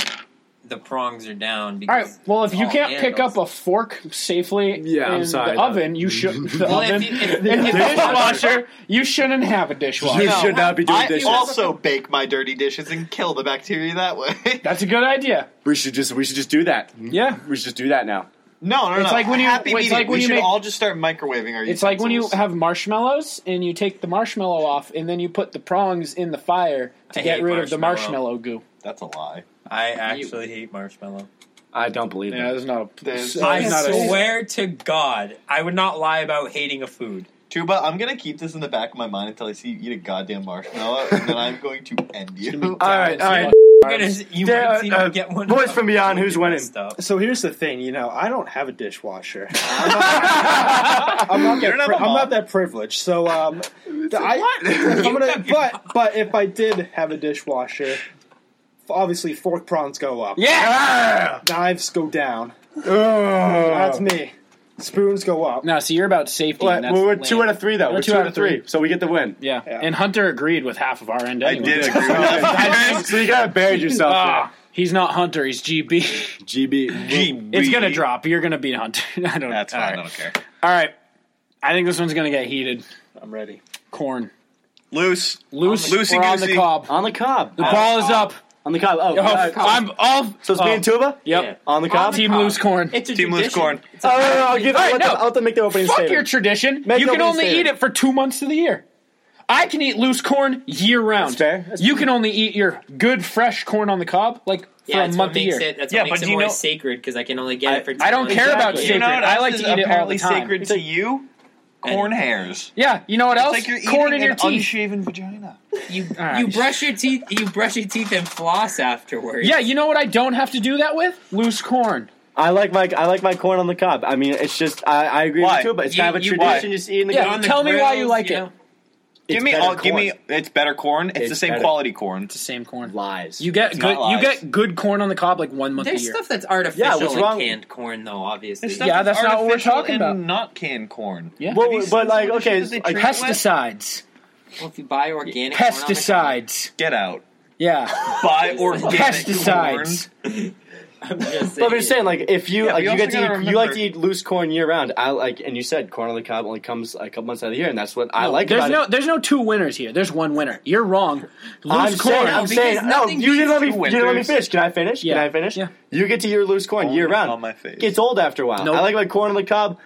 Speaker 1: the prongs are down.
Speaker 6: All
Speaker 1: Because
Speaker 6: right. Well, if
Speaker 1: it's
Speaker 6: you
Speaker 1: all
Speaker 6: can't pick
Speaker 1: handles.
Speaker 6: up a fork safely
Speaker 2: Yeah, I'm
Speaker 6: in
Speaker 2: sorry,
Speaker 6: the
Speaker 2: that-
Speaker 6: oven, you should the
Speaker 1: Well, if
Speaker 6: oven
Speaker 1: you- if-
Speaker 6: in the
Speaker 1: if-
Speaker 6: dishwasher. You shouldn't have a dishwasher.
Speaker 2: You should not be doing
Speaker 3: I
Speaker 2: dishes.
Speaker 3: also bake my dirty dishes and kill the bacteria that way.
Speaker 6: That's a good idea.
Speaker 2: we should just we should just do that.
Speaker 6: Yeah.
Speaker 2: We should just do that now.
Speaker 3: no, no, no.
Speaker 6: It's like when you-
Speaker 3: Happy
Speaker 6: it's
Speaker 3: medium.
Speaker 6: like when
Speaker 3: we
Speaker 6: you
Speaker 3: should
Speaker 6: make-
Speaker 3: all just start microwaving our.
Speaker 6: It's like when you
Speaker 3: utensils.
Speaker 6: have marshmallows and you take the marshmallow off and then you put the prongs in the fire to
Speaker 1: I
Speaker 6: get
Speaker 1: hate
Speaker 6: rid of the
Speaker 1: marshmallow.
Speaker 6: marshmallow goo.
Speaker 3: That's a lie.
Speaker 1: I actually hate marshmallow.
Speaker 2: I don't believe
Speaker 6: Yeah,
Speaker 2: that.
Speaker 6: there's not a.
Speaker 3: There's-
Speaker 6: there's
Speaker 1: I
Speaker 6: not a-
Speaker 1: swear to God, I would not lie about hating a food.
Speaker 3: Tuba, I'm gonna keep this in the back of my mind until I see you eat a goddamn marshmallow, and then I'm going to end you.
Speaker 2: All right, all right.
Speaker 6: Um,
Speaker 1: You're gonna, you
Speaker 2: Yeah,
Speaker 1: might see
Speaker 2: uh,
Speaker 1: me get one.
Speaker 2: boys from beyond, who's winning?
Speaker 1: Stuff.
Speaker 5: Uh, So here's the thing, you know, I don't have a dishwasher. I'm not,
Speaker 3: You
Speaker 5: that,
Speaker 3: don't have
Speaker 5: pri-
Speaker 3: a
Speaker 5: I'm
Speaker 3: mop?
Speaker 5: not that privileged. So um, I, I'm gonna, but but if I did have a dishwasher, f- obviously fork prawns go up,
Speaker 6: Ah!
Speaker 2: Yeah.
Speaker 5: knives go down. That's
Speaker 2: That's
Speaker 5: me. Spoons go up.
Speaker 6: No, so you're about safety. and that's
Speaker 2: Well, we're two
Speaker 6: lame.
Speaker 2: out of three though. We're, two out of three. so we get the win.
Speaker 6: Yeah.
Speaker 5: Yeah.
Speaker 6: and Hunter agreed with half of our end.
Speaker 3: I
Speaker 6: Anyway.
Speaker 3: did agree with that.
Speaker 2: so you gotta bury yourself.
Speaker 6: Ah, he's not Hunter. He's GB.
Speaker 2: there. GB.
Speaker 6: It's gonna drop. You're gonna beat Hunter. I don't.
Speaker 3: That's
Speaker 6: all
Speaker 3: fine. I
Speaker 6: right.
Speaker 3: don't care.
Speaker 6: All right. I think this one's gonna get heated.
Speaker 5: I'm ready.
Speaker 6: Corn.
Speaker 3: Loose.
Speaker 6: Loose
Speaker 3: Loosey
Speaker 6: or on the
Speaker 3: goosey.
Speaker 6: cob.
Speaker 2: On the cob.
Speaker 1: Uh,
Speaker 6: The ball is up.
Speaker 2: On the cob. Oh,
Speaker 6: Oh,
Speaker 2: uh,
Speaker 6: I'm all.
Speaker 2: so it's
Speaker 6: oh,
Speaker 2: me and Tuba.
Speaker 6: Yep.
Speaker 2: On the
Speaker 1: On
Speaker 2: cob.
Speaker 1: the
Speaker 6: Team
Speaker 1: cob.
Speaker 6: loose corn.
Speaker 1: It's a
Speaker 3: Team loose
Speaker 1: tradition.
Speaker 3: corn.
Speaker 1: It's a
Speaker 2: Oh, no, no, I'll, give,
Speaker 6: All right,
Speaker 2: I'll, let
Speaker 6: no.
Speaker 2: them- I'll let them make their opening
Speaker 6: Fuck
Speaker 2: statement.
Speaker 6: your tradition.
Speaker 2: Make
Speaker 6: you can
Speaker 2: nobody
Speaker 6: only
Speaker 2: say it.
Speaker 6: eat it for two months of the year. I can eat loose corn year round.
Speaker 2: That's fair. That's
Speaker 6: you can only eat your good fresh corn on the cob like for
Speaker 1: Yeah,
Speaker 6: a
Speaker 1: that's
Speaker 6: month
Speaker 1: what
Speaker 6: a
Speaker 1: makes
Speaker 6: year.
Speaker 1: it. uh, That's
Speaker 3: Yeah,
Speaker 1: what makes
Speaker 3: but
Speaker 1: it
Speaker 3: you
Speaker 1: more
Speaker 3: know-
Speaker 1: sacred because I can only get
Speaker 2: I-
Speaker 1: it for.
Speaker 6: I don't care about
Speaker 2: Exactly.
Speaker 6: sacred.
Speaker 3: You know what
Speaker 6: I
Speaker 3: else
Speaker 6: like to
Speaker 3: is
Speaker 6: eat it all the
Speaker 3: apparently
Speaker 6: time.
Speaker 3: sacred to you? Corn hairs.
Speaker 6: Yeah, you know what else?
Speaker 3: It's like you're eating
Speaker 6: corn in your
Speaker 3: an
Speaker 6: teeth.
Speaker 3: unshaven vagina.
Speaker 1: You
Speaker 6: right.
Speaker 1: you brush your teeth. You brush your teeth and floss afterwards.
Speaker 6: yeah, you know what I don't have to do that with? Loose corn.
Speaker 2: I like my I like my corn on the cob. I mean, it's just I, I agree
Speaker 3: Why?
Speaker 2: with Tuba. It's
Speaker 1: You-
Speaker 2: kind of a
Speaker 1: you-
Speaker 2: tradition just eating the
Speaker 6: Yeah,
Speaker 2: cob.
Speaker 1: On the
Speaker 6: tell me why you
Speaker 1: grills,
Speaker 6: like it.
Speaker 1: know?
Speaker 3: Give
Speaker 2: It's
Speaker 3: me,
Speaker 2: better
Speaker 3: all, give
Speaker 2: corn.
Speaker 3: me. It's better corn. It's,
Speaker 2: It's
Speaker 3: the same
Speaker 2: better.
Speaker 3: quality corn.
Speaker 6: It's the same corn.
Speaker 2: lies.
Speaker 6: You get
Speaker 3: It's
Speaker 6: good.
Speaker 3: not
Speaker 6: You
Speaker 3: lies.
Speaker 6: get good corn on the cob like one month a
Speaker 1: There's
Speaker 6: year.
Speaker 1: stuff that's artificial
Speaker 2: Yeah, what's
Speaker 1: in
Speaker 2: wrong?
Speaker 1: canned corn, though. Obviously,
Speaker 6: stuff- Yeah, that's not what we're
Speaker 3: artificial
Speaker 6: talking
Speaker 3: and
Speaker 6: about.
Speaker 3: Not canned corn.
Speaker 6: Yeah.
Speaker 2: Well,
Speaker 3: Have you
Speaker 2: but
Speaker 3: seen
Speaker 2: like,
Speaker 3: some of the
Speaker 2: okay,
Speaker 3: shit that they
Speaker 2: like
Speaker 3: treat with?
Speaker 6: Pesticides,
Speaker 1: well, if you buy organic, corn on the cob-
Speaker 6: pesticides.
Speaker 3: Get out.
Speaker 6: Yeah,
Speaker 3: Buy organic
Speaker 6: pesticides.
Speaker 3: corn.
Speaker 1: I'm just saying.
Speaker 2: But I'm just saying, like, if you
Speaker 3: Yeah, but
Speaker 2: like,
Speaker 3: you
Speaker 2: you,
Speaker 3: also
Speaker 2: get to eat,
Speaker 3: gotta
Speaker 2: you like to
Speaker 3: remember-
Speaker 2: eat loose corn year round. I like, and you said corn on the cob only comes a couple months out of the year, and that's what I like
Speaker 6: there's
Speaker 2: about
Speaker 6: no,
Speaker 2: it.
Speaker 6: there's no two winners here. There's one winner. You're wrong. Loose
Speaker 2: I'm
Speaker 6: corn.
Speaker 2: saying, I'm
Speaker 1: because
Speaker 2: saying, no,
Speaker 1: nothing
Speaker 2: you didn't let me,
Speaker 3: beats two
Speaker 2: you didn't let me
Speaker 3: winters.
Speaker 2: finish. Can I finish?
Speaker 6: Yeah.
Speaker 2: Can I finish?
Speaker 6: Yeah.
Speaker 2: You get to your loose corn year round.
Speaker 3: on my face.
Speaker 2: Gets old after a while.
Speaker 6: Nope.
Speaker 2: I like my corn on the cob.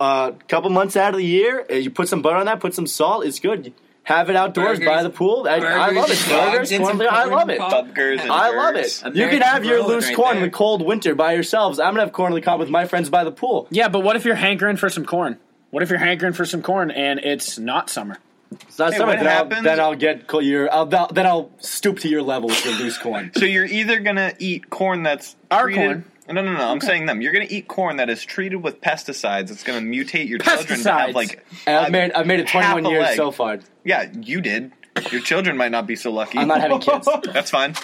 Speaker 2: A uh, couple months out of the year, uh, you put some butter on that, put some salt. It's good. Have it outdoors
Speaker 1: Burgers.
Speaker 2: by the pool. I, I
Speaker 1: Burgers
Speaker 2: love it.
Speaker 1: and dogs
Speaker 2: Burgers,
Speaker 1: and
Speaker 2: corn on
Speaker 1: some
Speaker 2: the I
Speaker 1: corn
Speaker 2: love
Speaker 1: on
Speaker 2: it.
Speaker 1: the cob.
Speaker 3: Bubgers and
Speaker 2: I love
Speaker 3: birds.
Speaker 2: it. you
Speaker 1: American
Speaker 2: can have your
Speaker 1: growth
Speaker 2: loose
Speaker 1: right
Speaker 2: corn in
Speaker 1: there.
Speaker 2: the cold winter by yourselves. I'm gonna have corn on the cob with my friends by the pool.
Speaker 6: Yeah, but what if you're hankering for some corn? What if you're hankering for some corn and it's not summer?
Speaker 2: It's not
Speaker 3: Hey,
Speaker 2: summer.
Speaker 3: what
Speaker 2: Then I'll,
Speaker 3: happens-
Speaker 2: then I'll get co- your. I'll, th- then I'll stoop to your level with your loose corn.
Speaker 3: So you're either gonna eat corn that's
Speaker 6: Our
Speaker 3: treated-
Speaker 6: corn.
Speaker 3: No, no, no. I'm saying them. You're gonna eat corn that is treated with pesticides. It's gonna mutate your children to
Speaker 6: Pesticides.
Speaker 3: have like.
Speaker 2: And I've
Speaker 3: I've-
Speaker 2: made. I've made it 21
Speaker 3: half a
Speaker 2: years
Speaker 3: leg.
Speaker 2: so far.
Speaker 3: Yeah, you did. Your children might not be so lucky.
Speaker 2: I'm not having kids.
Speaker 3: That's fine.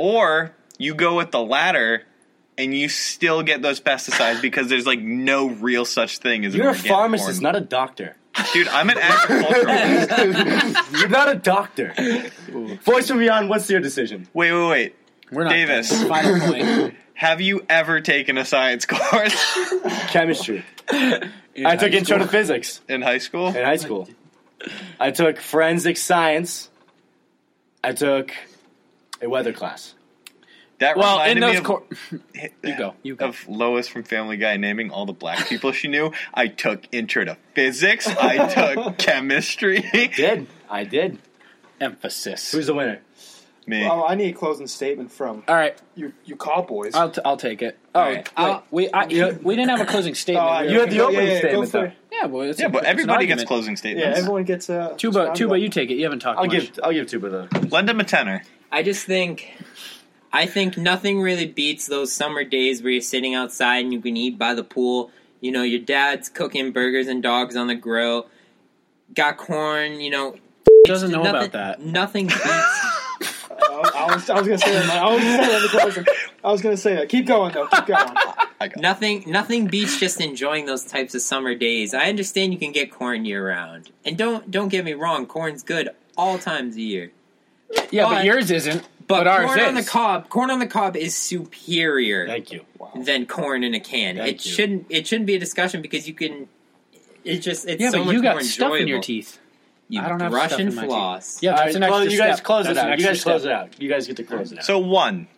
Speaker 3: Or you go with the latter and you still get those pesticides because there's like no real such thing as an
Speaker 2: You're a
Speaker 3: organic
Speaker 2: pharmacist,
Speaker 3: corn.
Speaker 2: not a doctor.
Speaker 3: dude. I'm an agriculturalist.
Speaker 2: You're not a doctor. Voice from beyond. What's your decision?
Speaker 3: wait, wait, wait.
Speaker 6: We're not
Speaker 3: Davis.
Speaker 6: done. Final point.
Speaker 3: Have you ever taken a science course
Speaker 2: Chemistry. I took intro to physics
Speaker 3: in high school?
Speaker 2: in high school. I took forensic science. I took a weather class.
Speaker 3: That
Speaker 6: Well, in
Speaker 3: reminded me
Speaker 6: those
Speaker 3: of,
Speaker 6: cor- you go. You go.
Speaker 3: of Lois from Family Guy naming all the black people she knew. I took intro to physics. I took chemistry.
Speaker 2: Did I did?
Speaker 6: Emphasis.
Speaker 2: Who's the winner?
Speaker 3: Me.
Speaker 5: Oh, I need a closing statement from
Speaker 6: All right,
Speaker 5: you. You call boys.
Speaker 6: I'll t- I'll take it. Oh,
Speaker 1: right.
Speaker 6: I'll- we I, you- we didn't have a closing statement.
Speaker 5: Oh,
Speaker 6: We
Speaker 2: You
Speaker 6: were-
Speaker 2: had the
Speaker 5: Yeah,
Speaker 2: opening
Speaker 5: yeah, yeah, go
Speaker 2: statement
Speaker 5: for
Speaker 2: though.
Speaker 5: it.
Speaker 6: yeah, well, it's
Speaker 3: yeah, but
Speaker 6: it's an
Speaker 3: everybody gets
Speaker 6: argument.
Speaker 3: closing
Speaker 5: yeah,
Speaker 3: statements.
Speaker 5: everyone gets uh, a
Speaker 6: Tuba, Tuba, you take it. You haven't talked.
Speaker 2: I'll
Speaker 6: much.
Speaker 2: give I'll give two, but though.
Speaker 3: Lend him a tenner.
Speaker 1: I just think, I think nothing really beats those summer days where you're sitting outside and you can eat by the pool. You know, your dad's cooking burgers and dogs on the grill, got corn. You know,
Speaker 6: doesn't know
Speaker 1: nothing,
Speaker 6: about that.
Speaker 1: Nothing beats.
Speaker 5: I was, I was gonna say that. I was gonna say that. in the closing. I was gonna say that. Keep going though. Keep going.
Speaker 1: Nothing, nothing beats just enjoying those types of summer days. I understand you can get corn year round, and don't don't get me wrong, corn's good all times of year.
Speaker 6: Yeah, but,
Speaker 1: But-
Speaker 6: yours isn't.
Speaker 1: But,
Speaker 6: But, ours
Speaker 1: corn
Speaker 6: is.
Speaker 1: on the cob, corn on the cob is superior
Speaker 2: Thank you.
Speaker 1: than corn in a can.
Speaker 2: Thank
Speaker 1: it
Speaker 2: you.
Speaker 1: shouldn't it shouldn't be a discussion because you can. It just it's
Speaker 6: yeah,
Speaker 1: so
Speaker 6: but
Speaker 1: much
Speaker 6: you got
Speaker 1: more
Speaker 6: stuff in your
Speaker 1: enjoyable.
Speaker 6: teeth.
Speaker 1: You
Speaker 6: I don't have
Speaker 1: brush
Speaker 6: stuff
Speaker 1: and
Speaker 6: in my teeth. Uh,
Speaker 1: floss.
Speaker 6: Yeah, that's an extra
Speaker 2: well, you guys
Speaker 6: step.
Speaker 2: close
Speaker 6: That's
Speaker 2: it
Speaker 6: an
Speaker 2: out. You guys
Speaker 6: extra
Speaker 2: close
Speaker 6: step.
Speaker 2: it out. You guys get to close it out.
Speaker 3: So one,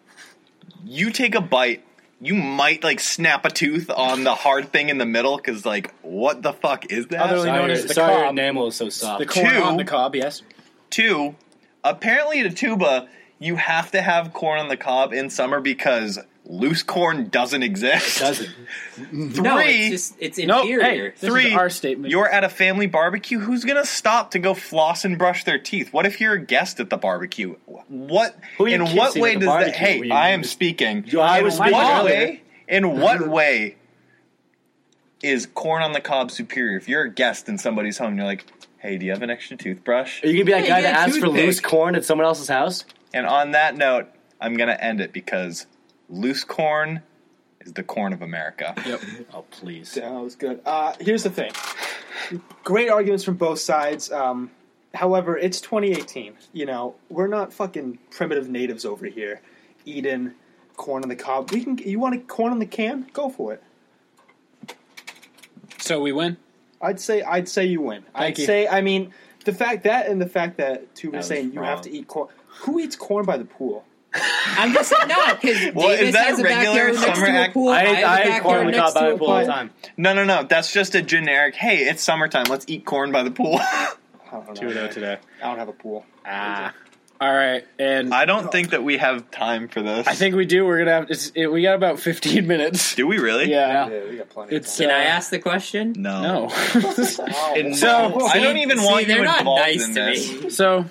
Speaker 3: you take a bite. You might like snap a tooth on the hard thing in the middle because like what the fuck is that?
Speaker 6: Otherly-
Speaker 2: sorry,
Speaker 6: known as the
Speaker 2: sorry your
Speaker 6: cob.
Speaker 2: enamel is so soft.
Speaker 6: The corn
Speaker 3: Two.
Speaker 6: on the cob. Yes.
Speaker 3: Two, apparently to tuba you have to have corn on the cob in summer because loose corn doesn't exist.
Speaker 2: doesn't.
Speaker 3: Three,
Speaker 1: No, it's just it's
Speaker 6: No.
Speaker 1: inferior.
Speaker 6: Hey, this
Speaker 3: Three,
Speaker 6: is our statement.
Speaker 3: You're at a family barbecue. Who's gonna stop to go floss and brush their teeth? What if you're a guest at the barbecue? What
Speaker 2: Who are you
Speaker 3: in what
Speaker 2: kissing
Speaker 3: way
Speaker 2: at the
Speaker 3: does that?
Speaker 2: barbecue? Were
Speaker 3: Hey,
Speaker 2: you-
Speaker 3: I am speaking.
Speaker 2: You- I
Speaker 3: in
Speaker 2: was
Speaker 3: what
Speaker 2: speaking earlier.
Speaker 3: way? In what way is corn on the cob superior? If you're a guest in somebody's home, you're like, hey, do you have an extra toothbrush?
Speaker 2: Are you gonna be that
Speaker 1: Hey,
Speaker 2: guy
Speaker 1: you
Speaker 2: that
Speaker 1: got a
Speaker 2: asks for
Speaker 1: toothpick.
Speaker 2: loose corn at someone else's house?
Speaker 3: And on that note, I'm gonna end it because loose corn is the corn of America.
Speaker 2: Oh please.
Speaker 5: Yeah, that was good. Uh, here's the thing. Great arguments from both sides. Um, however, it's 2018. You know, we're not fucking primitive natives over here. Eating corn on the cob. We can. You want a corn on the can? Go for it.
Speaker 6: so we win.
Speaker 5: I'd say. I'd say you win. I'd
Speaker 6: you.
Speaker 5: say. I mean, the fact that and the fact that two were
Speaker 2: was
Speaker 5: saying you have
Speaker 2: wrong.
Speaker 5: to eat corn. Who eats corn by the pool?
Speaker 1: I'm just no because
Speaker 3: Well, is
Speaker 1: Davis
Speaker 3: that
Speaker 1: has a
Speaker 3: regular
Speaker 1: backyard next
Speaker 3: summer
Speaker 1: to a
Speaker 3: act-
Speaker 1: pool.
Speaker 2: I,
Speaker 1: have a
Speaker 2: I, ate corn on
Speaker 1: backyard
Speaker 2: the
Speaker 1: next
Speaker 2: cob by
Speaker 1: to a
Speaker 2: the pool all
Speaker 1: pool.
Speaker 2: the time.
Speaker 3: No, no, no. That's just a generic. Hey, it's summertime. Let's eat corn by the pool.
Speaker 5: I don't know.
Speaker 6: oh today.
Speaker 5: I don't have a pool.
Speaker 6: Ah. All right, and I,
Speaker 3: I don't think that we have time for this.
Speaker 6: think we do. We're gonna have. It's, it, we got about 15 minutes.
Speaker 3: Do we really?
Speaker 6: Yeah.
Speaker 5: Yeah, we got plenty.
Speaker 6: It's,
Speaker 5: of
Speaker 1: Can
Speaker 6: uh,
Speaker 1: I ask the question?
Speaker 3: No.
Speaker 6: No.
Speaker 5: time.
Speaker 3: And
Speaker 6: So-
Speaker 3: no, I don't even want
Speaker 1: See,
Speaker 3: you
Speaker 1: they're not
Speaker 3: involved
Speaker 1: nice
Speaker 3: in
Speaker 1: to
Speaker 3: this.
Speaker 1: me.
Speaker 6: so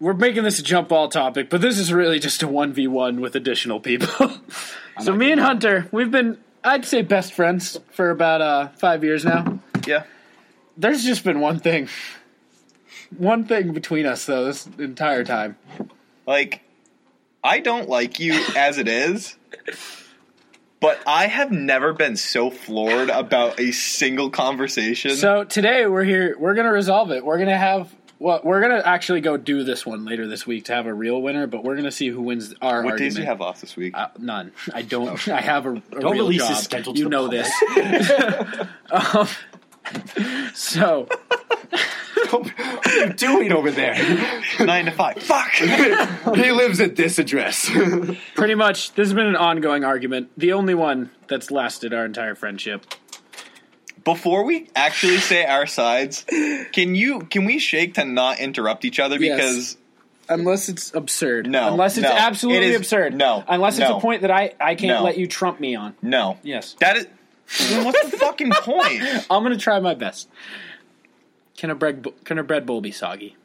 Speaker 6: we're making this a jump ball topic, but this is really just a 1v1 with additional people. so me and Hunter, we've been I'd say best friends for about uh, 5 years now.
Speaker 3: Yeah.
Speaker 6: There's just been one thing. One thing between us though this entire time.
Speaker 3: Like, I don't like you as it is, but I have never been so floored about a single conversation.
Speaker 6: So today we're here we're going to resolve it. We're going to have well, we're going to actually go do this one later this week to have a real winner, but we're going to see who wins our
Speaker 3: what
Speaker 6: argument.
Speaker 3: days do you have Oh. off this week?
Speaker 6: Uh, none. I don't. I have a, a
Speaker 2: Don't
Speaker 6: real
Speaker 2: release
Speaker 6: job.
Speaker 2: his schedule to
Speaker 6: you
Speaker 2: the
Speaker 6: know
Speaker 2: public.
Speaker 6: this. um, so
Speaker 2: What are you doing over there?
Speaker 3: Nine to five. Fuck.
Speaker 2: he lives at this address.
Speaker 6: pretty much, this has been an ongoing argument. The only one that's lasted our entire friendship.
Speaker 3: Before we actually say our sides, can you can we shake to not interrupt each other
Speaker 6: Yes.
Speaker 3: because
Speaker 6: Unless it's absurd.
Speaker 3: No,
Speaker 6: Unless it's
Speaker 3: no.
Speaker 6: absolutely
Speaker 3: It is-
Speaker 6: absurd.
Speaker 3: no,
Speaker 6: Unless it's
Speaker 3: no.
Speaker 6: a point that I, I can't
Speaker 3: No.
Speaker 6: let you trump me on.
Speaker 3: no.
Speaker 6: Yes.
Speaker 3: That is Then what's the fucking point?
Speaker 6: I'm going to try my best. Can a bread bo- can a bread bowl be soggy?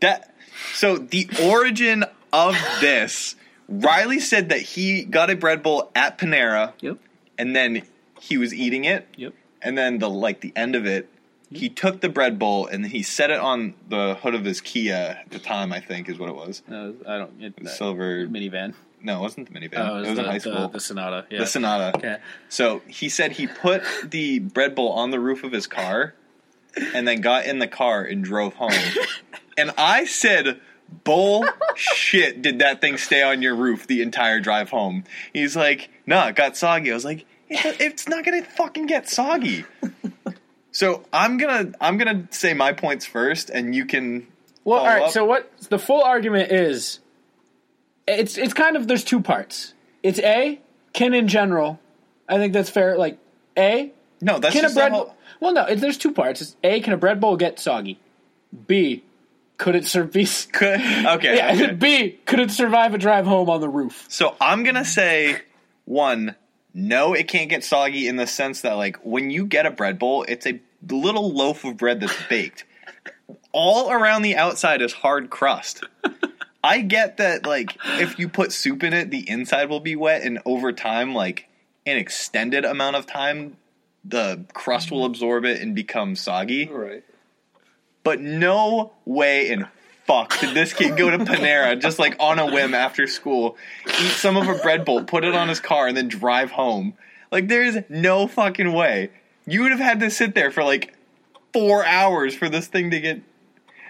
Speaker 3: That so the origin of this, Riley said that he got a bread bowl at Panera
Speaker 6: Yep.
Speaker 3: and then he was eating it
Speaker 6: Yep.
Speaker 3: and then the like the end of it, he took the bread bowl and he set it on the hood of his Kia at the time, I think is what it was.
Speaker 6: No, Uh, I don't. It,
Speaker 3: Silver
Speaker 6: minivan.
Speaker 3: No, it wasn't the minivan.
Speaker 6: Oh,
Speaker 3: it was in
Speaker 6: the,
Speaker 3: high school.
Speaker 6: The, the Sonata. Yeah.
Speaker 3: the Sonata.
Speaker 6: Okay.
Speaker 3: So he said he put the bread bowl on the roof of his car and then got in the car and drove home. and I said, Bullshit, did that thing stay on your roof the entire drive home? He's like, Nah, it got soggy. I was like, "It- It's not gonna fucking get soggy. So I'm gonna I'm gonna say my points first, and you can
Speaker 6: Well, all
Speaker 3: follow
Speaker 6: right.
Speaker 3: up.
Speaker 6: So what the full argument is? It's it's kind of there's two parts. It's a kin in general. I think that's fair. Like a
Speaker 3: no that's
Speaker 6: can a
Speaker 3: just bread
Speaker 6: bread.
Speaker 3: whole,
Speaker 6: well, no. It, there's two parts. It's a can a bread bowl get soggy? B could it serve? B,
Speaker 3: could okay
Speaker 6: yeah.
Speaker 3: okay.
Speaker 6: B could it survive a drive home on the roof?
Speaker 3: So I'm gonna say one. No, it can't get soggy in the sense that like when you get a bread bowl, it's a little loaf of bread that's baked. All around the outside is hard crust. I get that like if you put soup in it, the inside will be wet, and over time, like an extended amount of time, the crust will absorb it and become soggy.
Speaker 5: Right.
Speaker 3: But no way in fuck did this kid go to Panera just like on a whim after school, eat some of a bread bowl, put it on his car, and then drive home. Like there is no fucking way. You would have had to sit there for like four hours for this thing to get.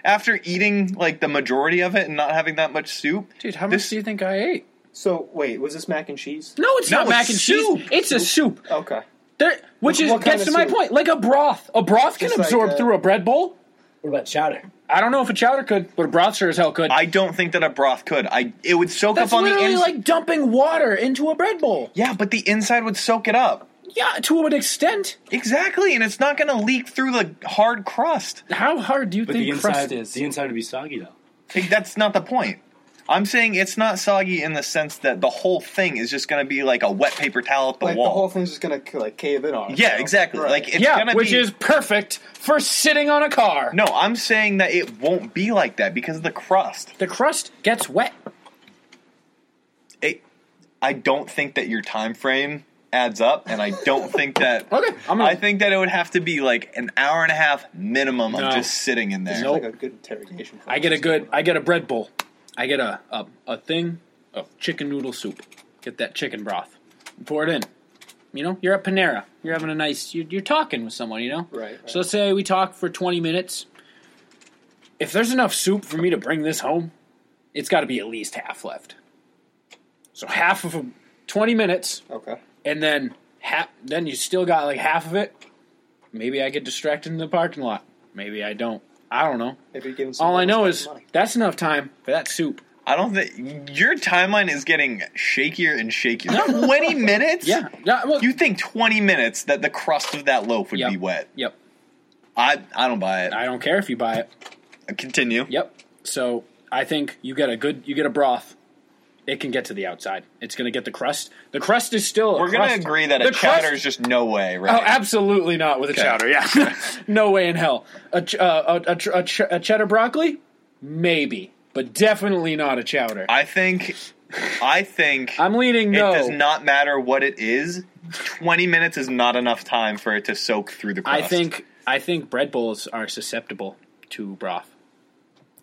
Speaker 3: After eating like the majority of it and not having that much soup,
Speaker 6: Dude, how
Speaker 3: This-
Speaker 6: much do you think I ate?
Speaker 5: So wait, was this mac and cheese?
Speaker 6: No, it's
Speaker 3: No,
Speaker 6: not mac
Speaker 3: it's
Speaker 6: and
Speaker 3: soup.
Speaker 6: cheese. It's a soup.
Speaker 5: Okay.
Speaker 6: There, which
Speaker 5: What-
Speaker 6: is
Speaker 5: what kind
Speaker 6: gets to
Speaker 5: of
Speaker 6: my
Speaker 5: soup?
Speaker 6: point. Like a broth, a broth can
Speaker 5: Just like
Speaker 6: absorb
Speaker 5: a-
Speaker 6: through a bread bowl.
Speaker 7: What about chowder?
Speaker 6: I don't know if a chowder could, but a broth sure as hell could.
Speaker 3: I don't think that a broth could. I it would soak
Speaker 6: That's
Speaker 3: up on the
Speaker 6: literally
Speaker 3: inside.
Speaker 6: like dumping water into a bread bowl.
Speaker 3: yeah, but the inside would soak it up
Speaker 6: Yeah, to an extent.
Speaker 3: exactly, and it's not going to leak through the hard crust.
Speaker 6: How hard do you
Speaker 7: But
Speaker 6: think
Speaker 7: the
Speaker 6: crust
Speaker 7: inside
Speaker 6: is?
Speaker 7: the inside would be soggy though.
Speaker 3: Hey, That's not the point. I'm saying it's not soggy in the sense that the whole thing is just going to be like a wet paper towel at the
Speaker 5: like
Speaker 3: wall.
Speaker 5: the whole thing's just gonna like cave in on.
Speaker 3: yeah,
Speaker 5: itself.
Speaker 3: exactly.
Speaker 5: Right.
Speaker 3: Like it's
Speaker 6: yeah,
Speaker 3: gonna
Speaker 6: which
Speaker 3: be,
Speaker 6: is perfect for sitting on a car.
Speaker 3: no. I'm saying that it won't be like that because of the crust.
Speaker 6: The crust gets wet.
Speaker 3: It, I don't think that your time frame adds up, and I don't think that.
Speaker 6: Okay, I'm gonna-
Speaker 3: I think that it would have to be like an hour and a half minimum
Speaker 6: No.
Speaker 3: of just sitting in there.
Speaker 5: It's like a good interrogation.
Speaker 6: I get a good. I get a bread bowl. I get a a, a thing of chicken noodle soup. Get that chicken broth. Pour it in. You know, you're at Panera. You're having a nice. You're, you're talking with someone. You know.
Speaker 5: Right, right.
Speaker 6: So let's say we talk for 20 minutes. If there's enough soup for me to bring this home, it's got to be at least half left. So half of a, 20 minutes,
Speaker 5: Okay.
Speaker 6: and then ha- then you still got like half of it. Maybe I get distracted in the parking lot. Maybe I don't. I don't know.
Speaker 5: If you're giving
Speaker 6: All I
Speaker 5: someone
Speaker 6: know
Speaker 5: else
Speaker 6: is
Speaker 5: money.
Speaker 6: that's enough time for that soup.
Speaker 3: I don't think your timeline is getting shakier and shakier. Twenty minutes?
Speaker 6: Yeah. Yeah, well,
Speaker 3: You think 20 minutes that the crust of that loaf would
Speaker 6: Yep.
Speaker 3: be wet?
Speaker 6: yep.
Speaker 3: I I don't buy it.
Speaker 6: I don't care if you buy it.
Speaker 3: Continue.
Speaker 6: Yep. So I think you get a good, you get a broth. It can get to the outside. It's going to get the crust. The crust is still. A
Speaker 3: We're gonna
Speaker 6: crust.
Speaker 3: agree that a
Speaker 6: The crust-
Speaker 3: chowder is just no way,
Speaker 6: Oh,
Speaker 3: right?
Speaker 6: absolutely not with a chowder. Yeah, no way in hell. A, ch- uh, a, a, tr- a, ch- a cheddar broccoli, maybe, but definitely not a chowder.
Speaker 3: I think, I think
Speaker 6: I'm leaning
Speaker 3: it
Speaker 6: no.
Speaker 3: does not matter what it is. 20 minutes is not enough time for it to soak through the crust.
Speaker 6: I think I think bread bowls are susceptible to broth.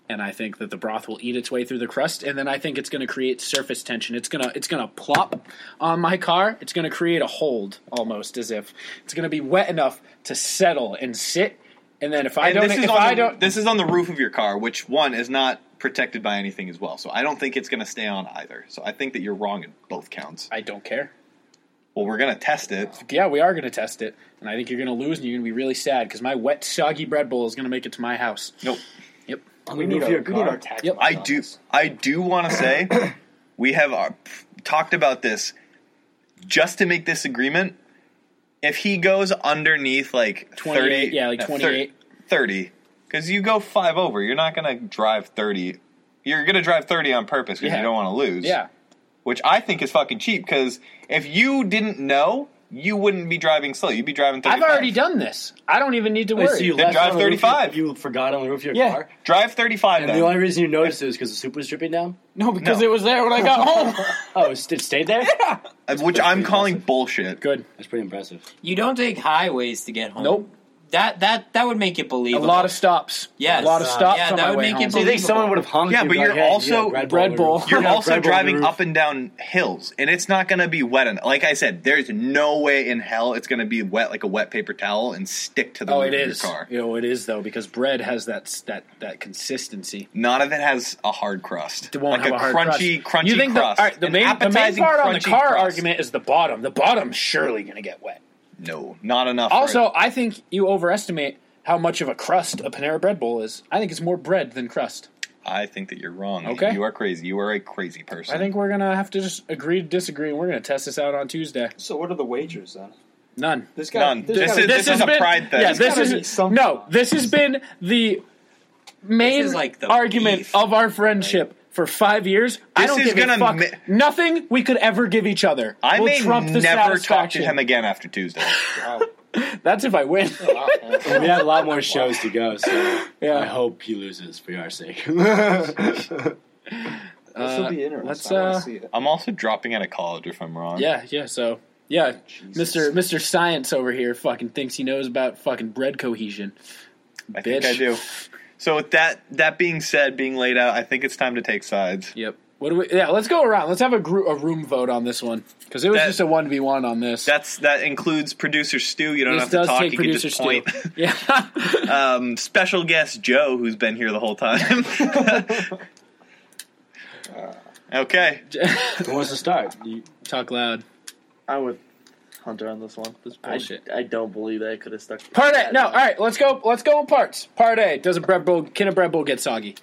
Speaker 6: And I think that the broth will eat its way through the crust, and then I think it's going to create surface tension. It's gonna it's gonna plop on my car. It's going to create a hold almost, as if it's going to be wet enough to settle and sit. And then if I
Speaker 3: And
Speaker 6: don't,
Speaker 3: this is
Speaker 6: if
Speaker 3: on
Speaker 6: I
Speaker 3: the,
Speaker 6: don't,
Speaker 3: This is on the roof of your car, which one is not protected by anything as well. So I don't think it's gonna stay on either. So I think that you're wrong in both counts.
Speaker 6: I don't care.
Speaker 3: Well, we're gonna test it.
Speaker 6: Yeah, we are going to test it, and I think you're going to lose, and you're going to be really sad because my wet, soggy bread bowl is going to make it to my house.
Speaker 3: Nope.
Speaker 6: Yep.
Speaker 5: we need,
Speaker 2: Move
Speaker 5: our,
Speaker 2: your
Speaker 5: we need
Speaker 2: car.
Speaker 5: our tax.
Speaker 6: Yep.
Speaker 5: money
Speaker 3: I
Speaker 5: on
Speaker 3: do.
Speaker 5: this.
Speaker 3: I do want to say we have uh, talked about this just to make this agreement. If he goes underneath like uh,
Speaker 6: 28,
Speaker 3: 30,
Speaker 6: yeah, like
Speaker 3: no,
Speaker 6: 28.
Speaker 3: 30, because you go five over, you're not gonna drive thirty. You're gonna drive thirty on purpose because
Speaker 6: Yeah.
Speaker 3: you don't want to lose.
Speaker 6: Yeah.
Speaker 3: which I think is fucking cheap. Because if you didn't know, you wouldn't be driving slow. You'd be driving. 35.
Speaker 6: I've already done this. I don't even need to
Speaker 7: Wait,
Speaker 6: worry.
Speaker 7: so you
Speaker 3: Then
Speaker 7: left
Speaker 3: drive
Speaker 7: on the roof of your-
Speaker 3: 35.
Speaker 7: You forgot on the roof of your
Speaker 6: Yeah.
Speaker 7: car,
Speaker 3: drive thirty-five.
Speaker 7: and
Speaker 3: then.
Speaker 7: the only reason you noticed it is because the soup was dripping down.
Speaker 6: No, because
Speaker 3: No.
Speaker 6: it was there when I got home.
Speaker 7: Oh, it st- it stayed there.
Speaker 3: uh, which I'm calling bullshit.
Speaker 6: Good.
Speaker 7: That's pretty impressive.
Speaker 1: You don't take highways to get home.
Speaker 6: Nope.
Speaker 1: that that that would make it
Speaker 6: A
Speaker 1: believable.
Speaker 6: lot of stops.
Speaker 1: Yes.
Speaker 6: a lot
Speaker 3: uh,
Speaker 6: of stops
Speaker 1: Yeah,
Speaker 6: on
Speaker 1: that
Speaker 6: my
Speaker 1: would
Speaker 6: way
Speaker 1: make
Speaker 6: home.
Speaker 2: Do
Speaker 1: it
Speaker 2: you think
Speaker 1: Unbelievable.
Speaker 2: someone would have honked?
Speaker 3: Yeah,
Speaker 2: you,
Speaker 3: but
Speaker 2: like,
Speaker 3: you're
Speaker 2: hey,
Speaker 3: also-
Speaker 2: yeah, Red Bull.
Speaker 6: Red Bull.
Speaker 3: You're
Speaker 2: Yeah,
Speaker 3: also
Speaker 2: Red Bull on
Speaker 3: driving
Speaker 2: the roof.
Speaker 3: up and down hills, and it's not going to be wet. en- Like I said, there's no way in hell it's going to be wet like a wet paper towel and stick to the
Speaker 6: Oh,
Speaker 3: roof
Speaker 6: it
Speaker 3: of
Speaker 6: is.
Speaker 3: your car.
Speaker 6: You know, it is though because bread has that s- that that consistency.
Speaker 3: None of it has a hard crust.
Speaker 6: It won't
Speaker 3: like
Speaker 6: have a, hard
Speaker 3: crunchy,
Speaker 6: crust.
Speaker 3: crunchy
Speaker 6: You think the-
Speaker 3: crust.
Speaker 6: all right, the,
Speaker 3: An
Speaker 6: main, the main
Speaker 3: appetizing
Speaker 6: part on the
Speaker 3: crunchy
Speaker 6: car
Speaker 3: crust.
Speaker 6: argument is the bottom. The bottom's surely going to get wet.
Speaker 3: No, not enough. for
Speaker 6: Also,
Speaker 3: it.
Speaker 6: I think you overestimate how much of a crust a Panera Bread bowl is. I think it's more bread than crust.
Speaker 3: I think that you're wrong.
Speaker 6: Okay.
Speaker 3: you are crazy. You are a crazy person.
Speaker 6: I think we're gonna have to just agree to disagree, and we're gonna test this out on Tuesday.
Speaker 5: So what are the wagers then?
Speaker 6: None.
Speaker 5: There's got
Speaker 3: none.
Speaker 5: there's
Speaker 3: This
Speaker 5: gotta
Speaker 3: is
Speaker 5: be-
Speaker 3: this is a pride thing.
Speaker 6: Yeah, this
Speaker 5: gotta be
Speaker 6: is
Speaker 5: something.
Speaker 6: no. This has been the main
Speaker 1: This is like the
Speaker 6: argument
Speaker 1: beef.
Speaker 6: of our friendship for five years. I
Speaker 3: This
Speaker 6: don't
Speaker 3: is
Speaker 6: give a
Speaker 3: gonna
Speaker 6: fuck.
Speaker 3: ma-
Speaker 6: Nothing we could ever give each other.
Speaker 3: I
Speaker 6: will
Speaker 3: may
Speaker 6: trump the
Speaker 3: never talk to
Speaker 6: satisfaction.
Speaker 3: him again after Tuesday.
Speaker 6: That's if I win.
Speaker 7: we have a lot more shows to go, so
Speaker 6: Yeah.
Speaker 7: I hope he loses for our sake.
Speaker 5: This will be interesting.
Speaker 6: let's,
Speaker 5: I
Speaker 6: uh,
Speaker 5: wanna see it.
Speaker 3: I'm also dropping out of college if I'm wrong.
Speaker 6: yeah, yeah. So yeah, Mister Mister Science over here fucking thinks he knows about fucking bread cohesion.
Speaker 3: I think
Speaker 6: bitch.
Speaker 3: I do. So with that that being said, being laid out, I think it's time to take sides.
Speaker 6: Yep. What do we? Yeah, let's go around. Let's have a group, a room vote on this one because it was
Speaker 3: That-
Speaker 6: just a one v one on this.
Speaker 3: That's that includes producer Stu. You don't
Speaker 6: this
Speaker 3: have to
Speaker 6: does
Speaker 3: talk.
Speaker 6: take
Speaker 3: You can
Speaker 6: producer
Speaker 3: just point.
Speaker 6: Stu. Yeah.
Speaker 3: um, special guest Joe, who's been here the whole time. okay,
Speaker 7: Who wants to start? You-
Speaker 6: Talk loud.
Speaker 8: I'm with Hunter on this one. This
Speaker 6: bullshit.
Speaker 8: I, I don't believe that I could have stuck. to
Speaker 6: Part A.
Speaker 8: that.
Speaker 6: No, all right. Let's go. Let's go in parts. Part A. Does a bread bowl? Can a bread bowl get soggy?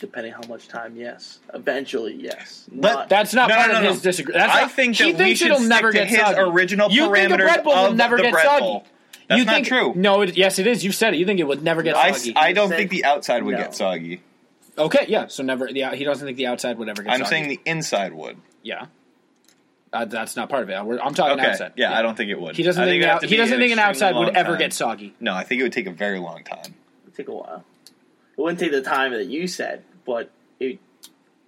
Speaker 8: Depending how much time, yes. Eventually, yes.
Speaker 3: Let-
Speaker 8: Not-
Speaker 6: That's not
Speaker 3: No,
Speaker 6: part
Speaker 3: no,
Speaker 6: of
Speaker 3: no,
Speaker 6: his
Speaker 3: no.
Speaker 6: disagreement. uh, That's
Speaker 3: I
Speaker 6: not,
Speaker 3: think
Speaker 6: he
Speaker 3: that we
Speaker 6: thinks
Speaker 3: should
Speaker 6: it'll never
Speaker 3: stick to
Speaker 6: get
Speaker 3: his
Speaker 6: soggy.
Speaker 3: original
Speaker 6: you think a
Speaker 3: parameters
Speaker 6: bread bowl will
Speaker 3: of
Speaker 6: never
Speaker 3: the
Speaker 6: get
Speaker 3: bread
Speaker 6: soggy.
Speaker 3: bowl. That's
Speaker 6: you
Speaker 3: not
Speaker 6: think,
Speaker 3: true.
Speaker 6: No. It, yes, it is. You said it. You think it would never get
Speaker 3: I,
Speaker 6: soggy.
Speaker 3: I don't
Speaker 8: said-
Speaker 3: think the outside would
Speaker 8: No.
Speaker 3: get soggy.
Speaker 6: okay. Yeah. So never. Yeah. He doesn't think the outside would ever get.
Speaker 3: I'm
Speaker 6: soggy.
Speaker 3: saying the inside would.
Speaker 6: Yeah. Uh, that's not part of it. We're- I'm talking
Speaker 3: Okay,
Speaker 6: outside.
Speaker 3: yeah, I don't think it would.
Speaker 6: He doesn't
Speaker 3: I
Speaker 6: think,
Speaker 3: it'd
Speaker 6: an
Speaker 3: have
Speaker 6: out,
Speaker 3: to
Speaker 6: he
Speaker 3: be
Speaker 6: doesn't think an
Speaker 3: extremely
Speaker 6: outside would
Speaker 3: long
Speaker 6: ever
Speaker 3: time.
Speaker 6: get soggy.
Speaker 3: No, I think it would take a very long time.
Speaker 8: It'd take a while. It wouldn't take the time that you said, but it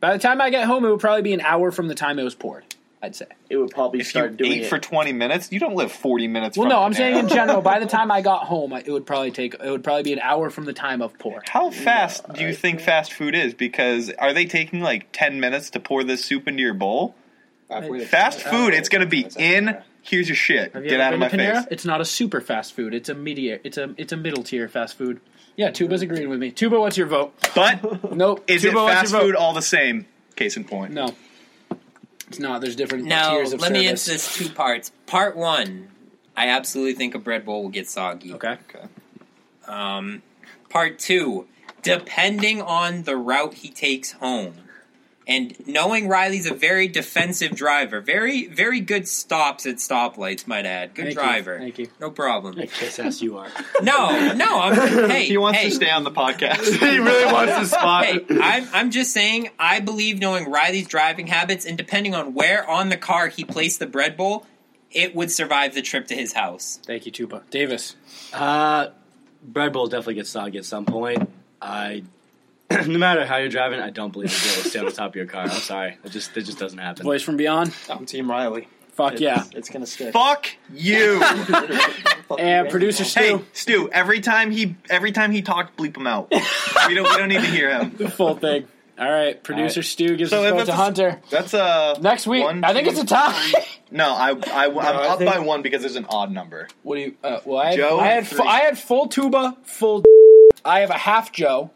Speaker 6: By the time I get home, it would probably be an hour from the time it was poured. I'd say.
Speaker 8: it would probably
Speaker 3: If you
Speaker 8: start doing
Speaker 3: ate
Speaker 8: it.
Speaker 3: for 20 minutes, you don't live 40 minutes.
Speaker 6: Well,
Speaker 3: from
Speaker 6: no, I'm
Speaker 3: Panera.
Speaker 6: saying in general. By the time I got home, I, it would probably take. It would probably be an hour from the time of pour.
Speaker 3: How fast do you
Speaker 8: alright.
Speaker 3: think fast food is? Because are they taking like 10 minutes to pour this soup into your bowl?
Speaker 5: I've waited-
Speaker 3: Fast
Speaker 5: I- I
Speaker 3: food,
Speaker 5: don't
Speaker 3: it's going to
Speaker 5: know.
Speaker 3: be
Speaker 5: Oh, That's
Speaker 3: in.
Speaker 5: okay.
Speaker 3: Here's your shit.
Speaker 6: Have you
Speaker 3: Get
Speaker 6: ever
Speaker 3: out of my
Speaker 6: been to Panera?
Speaker 3: face.
Speaker 6: It's not a super fast food. It's a media. It's a it's a middle tier fast food. Yeah, Tuba's agreeing with me. Tuba, what's your vote?
Speaker 3: But
Speaker 6: Nope.
Speaker 3: is it
Speaker 6: Tuba, what's
Speaker 3: fast
Speaker 6: your vote?
Speaker 3: food all the same? Case in point.
Speaker 6: No, it's not. There's different
Speaker 1: Now, let
Speaker 6: tiers of
Speaker 1: me
Speaker 6: service.
Speaker 1: answer this two parts. Part one, I absolutely think a bread bowl will get soggy.
Speaker 6: Okay.
Speaker 1: Um, part two, depending on the route he takes home. And knowing Riley's a very defensive driver, very, very good stops at stoplights, might add. Good
Speaker 6: Thank you,
Speaker 1: driver.
Speaker 6: Thank you.
Speaker 1: No problem.
Speaker 7: I kiss ass you are.
Speaker 1: No, no, I'm hey.
Speaker 3: He wants
Speaker 1: hey,
Speaker 3: to stay on the podcast.
Speaker 2: he really wants to spot.
Speaker 1: Hey, I'm, I'm just saying, I believe knowing Riley's driving habits and depending on where on the car he placed the bread bowl, it would survive the trip to his house.
Speaker 6: Thank you, Tuba. Davis.
Speaker 7: Uh, bread bowl definitely gets soggy at some point. I, no matter how you're driving, I don't believe you'll be able to stay on the top of your car. I'm sorry, it just it just doesn't happen.
Speaker 6: Voice from beyond.
Speaker 5: I'm Team Riley.
Speaker 6: Fuck
Speaker 8: it's,
Speaker 6: yeah.
Speaker 8: it's gonna stick.
Speaker 3: Fuck you.
Speaker 6: And producer
Speaker 3: hey,
Speaker 6: Stu.
Speaker 3: Stu. Every time he, every time he talked, bleep him out. we don't, we don't need to hear him.
Speaker 6: Full thing. All right, producer Stu gives
Speaker 3: So if
Speaker 6: his vote
Speaker 3: it's
Speaker 6: to
Speaker 3: a-
Speaker 6: Hunter.
Speaker 3: That's uh
Speaker 6: Next week,
Speaker 3: One,
Speaker 6: I think
Speaker 3: two-
Speaker 6: it's a tie.
Speaker 3: No, I, I, I'm
Speaker 5: I
Speaker 3: up
Speaker 5: think-
Speaker 3: by one because there's an odd number.
Speaker 6: What do you? Uh, well, I had,
Speaker 3: Joe
Speaker 6: I
Speaker 3: and
Speaker 6: had, fu-
Speaker 3: three.
Speaker 6: I had full tuba, full. I have a half Joe.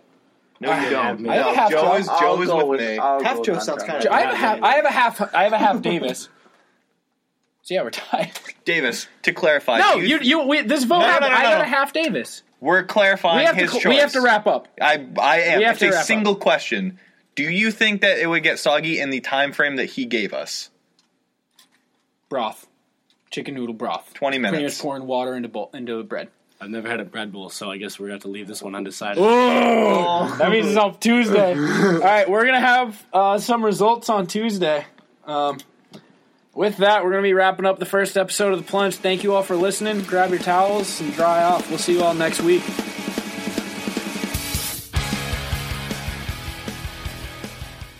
Speaker 3: No, you don't.
Speaker 7: I
Speaker 6: have a
Speaker 3: No,
Speaker 6: half
Speaker 3: Joe
Speaker 6: job.
Speaker 3: is,
Speaker 8: I'll
Speaker 3: Joe is
Speaker 8: go
Speaker 3: with me.
Speaker 8: I'll
Speaker 5: Half
Speaker 8: go with
Speaker 5: Joe sounds
Speaker 8: Hunter.
Speaker 5: kinda-
Speaker 6: I have a half. I have a half. I have a half Davis. So yeah, we're tied.
Speaker 3: Davis, to clarify,
Speaker 6: No,
Speaker 3: you-
Speaker 6: you, you. We, this vote
Speaker 3: No, no,
Speaker 6: happened.
Speaker 3: no,
Speaker 6: I got
Speaker 3: no.
Speaker 6: a half Davis.
Speaker 3: we're clarifying
Speaker 6: We have to.
Speaker 3: his
Speaker 6: cl-
Speaker 3: choice.
Speaker 6: We have to wrap up.
Speaker 3: I, I am.
Speaker 6: We have
Speaker 3: it's
Speaker 6: to
Speaker 3: a
Speaker 6: wrap up.
Speaker 3: single question. Do you think that it would get soggy in the time frame that he gave us?
Speaker 6: Broth, chicken noodle broth.
Speaker 3: 20
Speaker 6: Pretty much
Speaker 3: minutes.
Speaker 6: pouring water into bowl into bread.
Speaker 7: I've never had a bread bowl, so I guess we're gonna have to leave this one undecided.
Speaker 6: That means it's on Tuesday. All right, we're gonna have uh, some results on Tuesday. Um, with that, we're gonna be wrapping up the first episode of the Plunge. Thank you all for listening. Grab your towels and dry off. We'll see you all next week.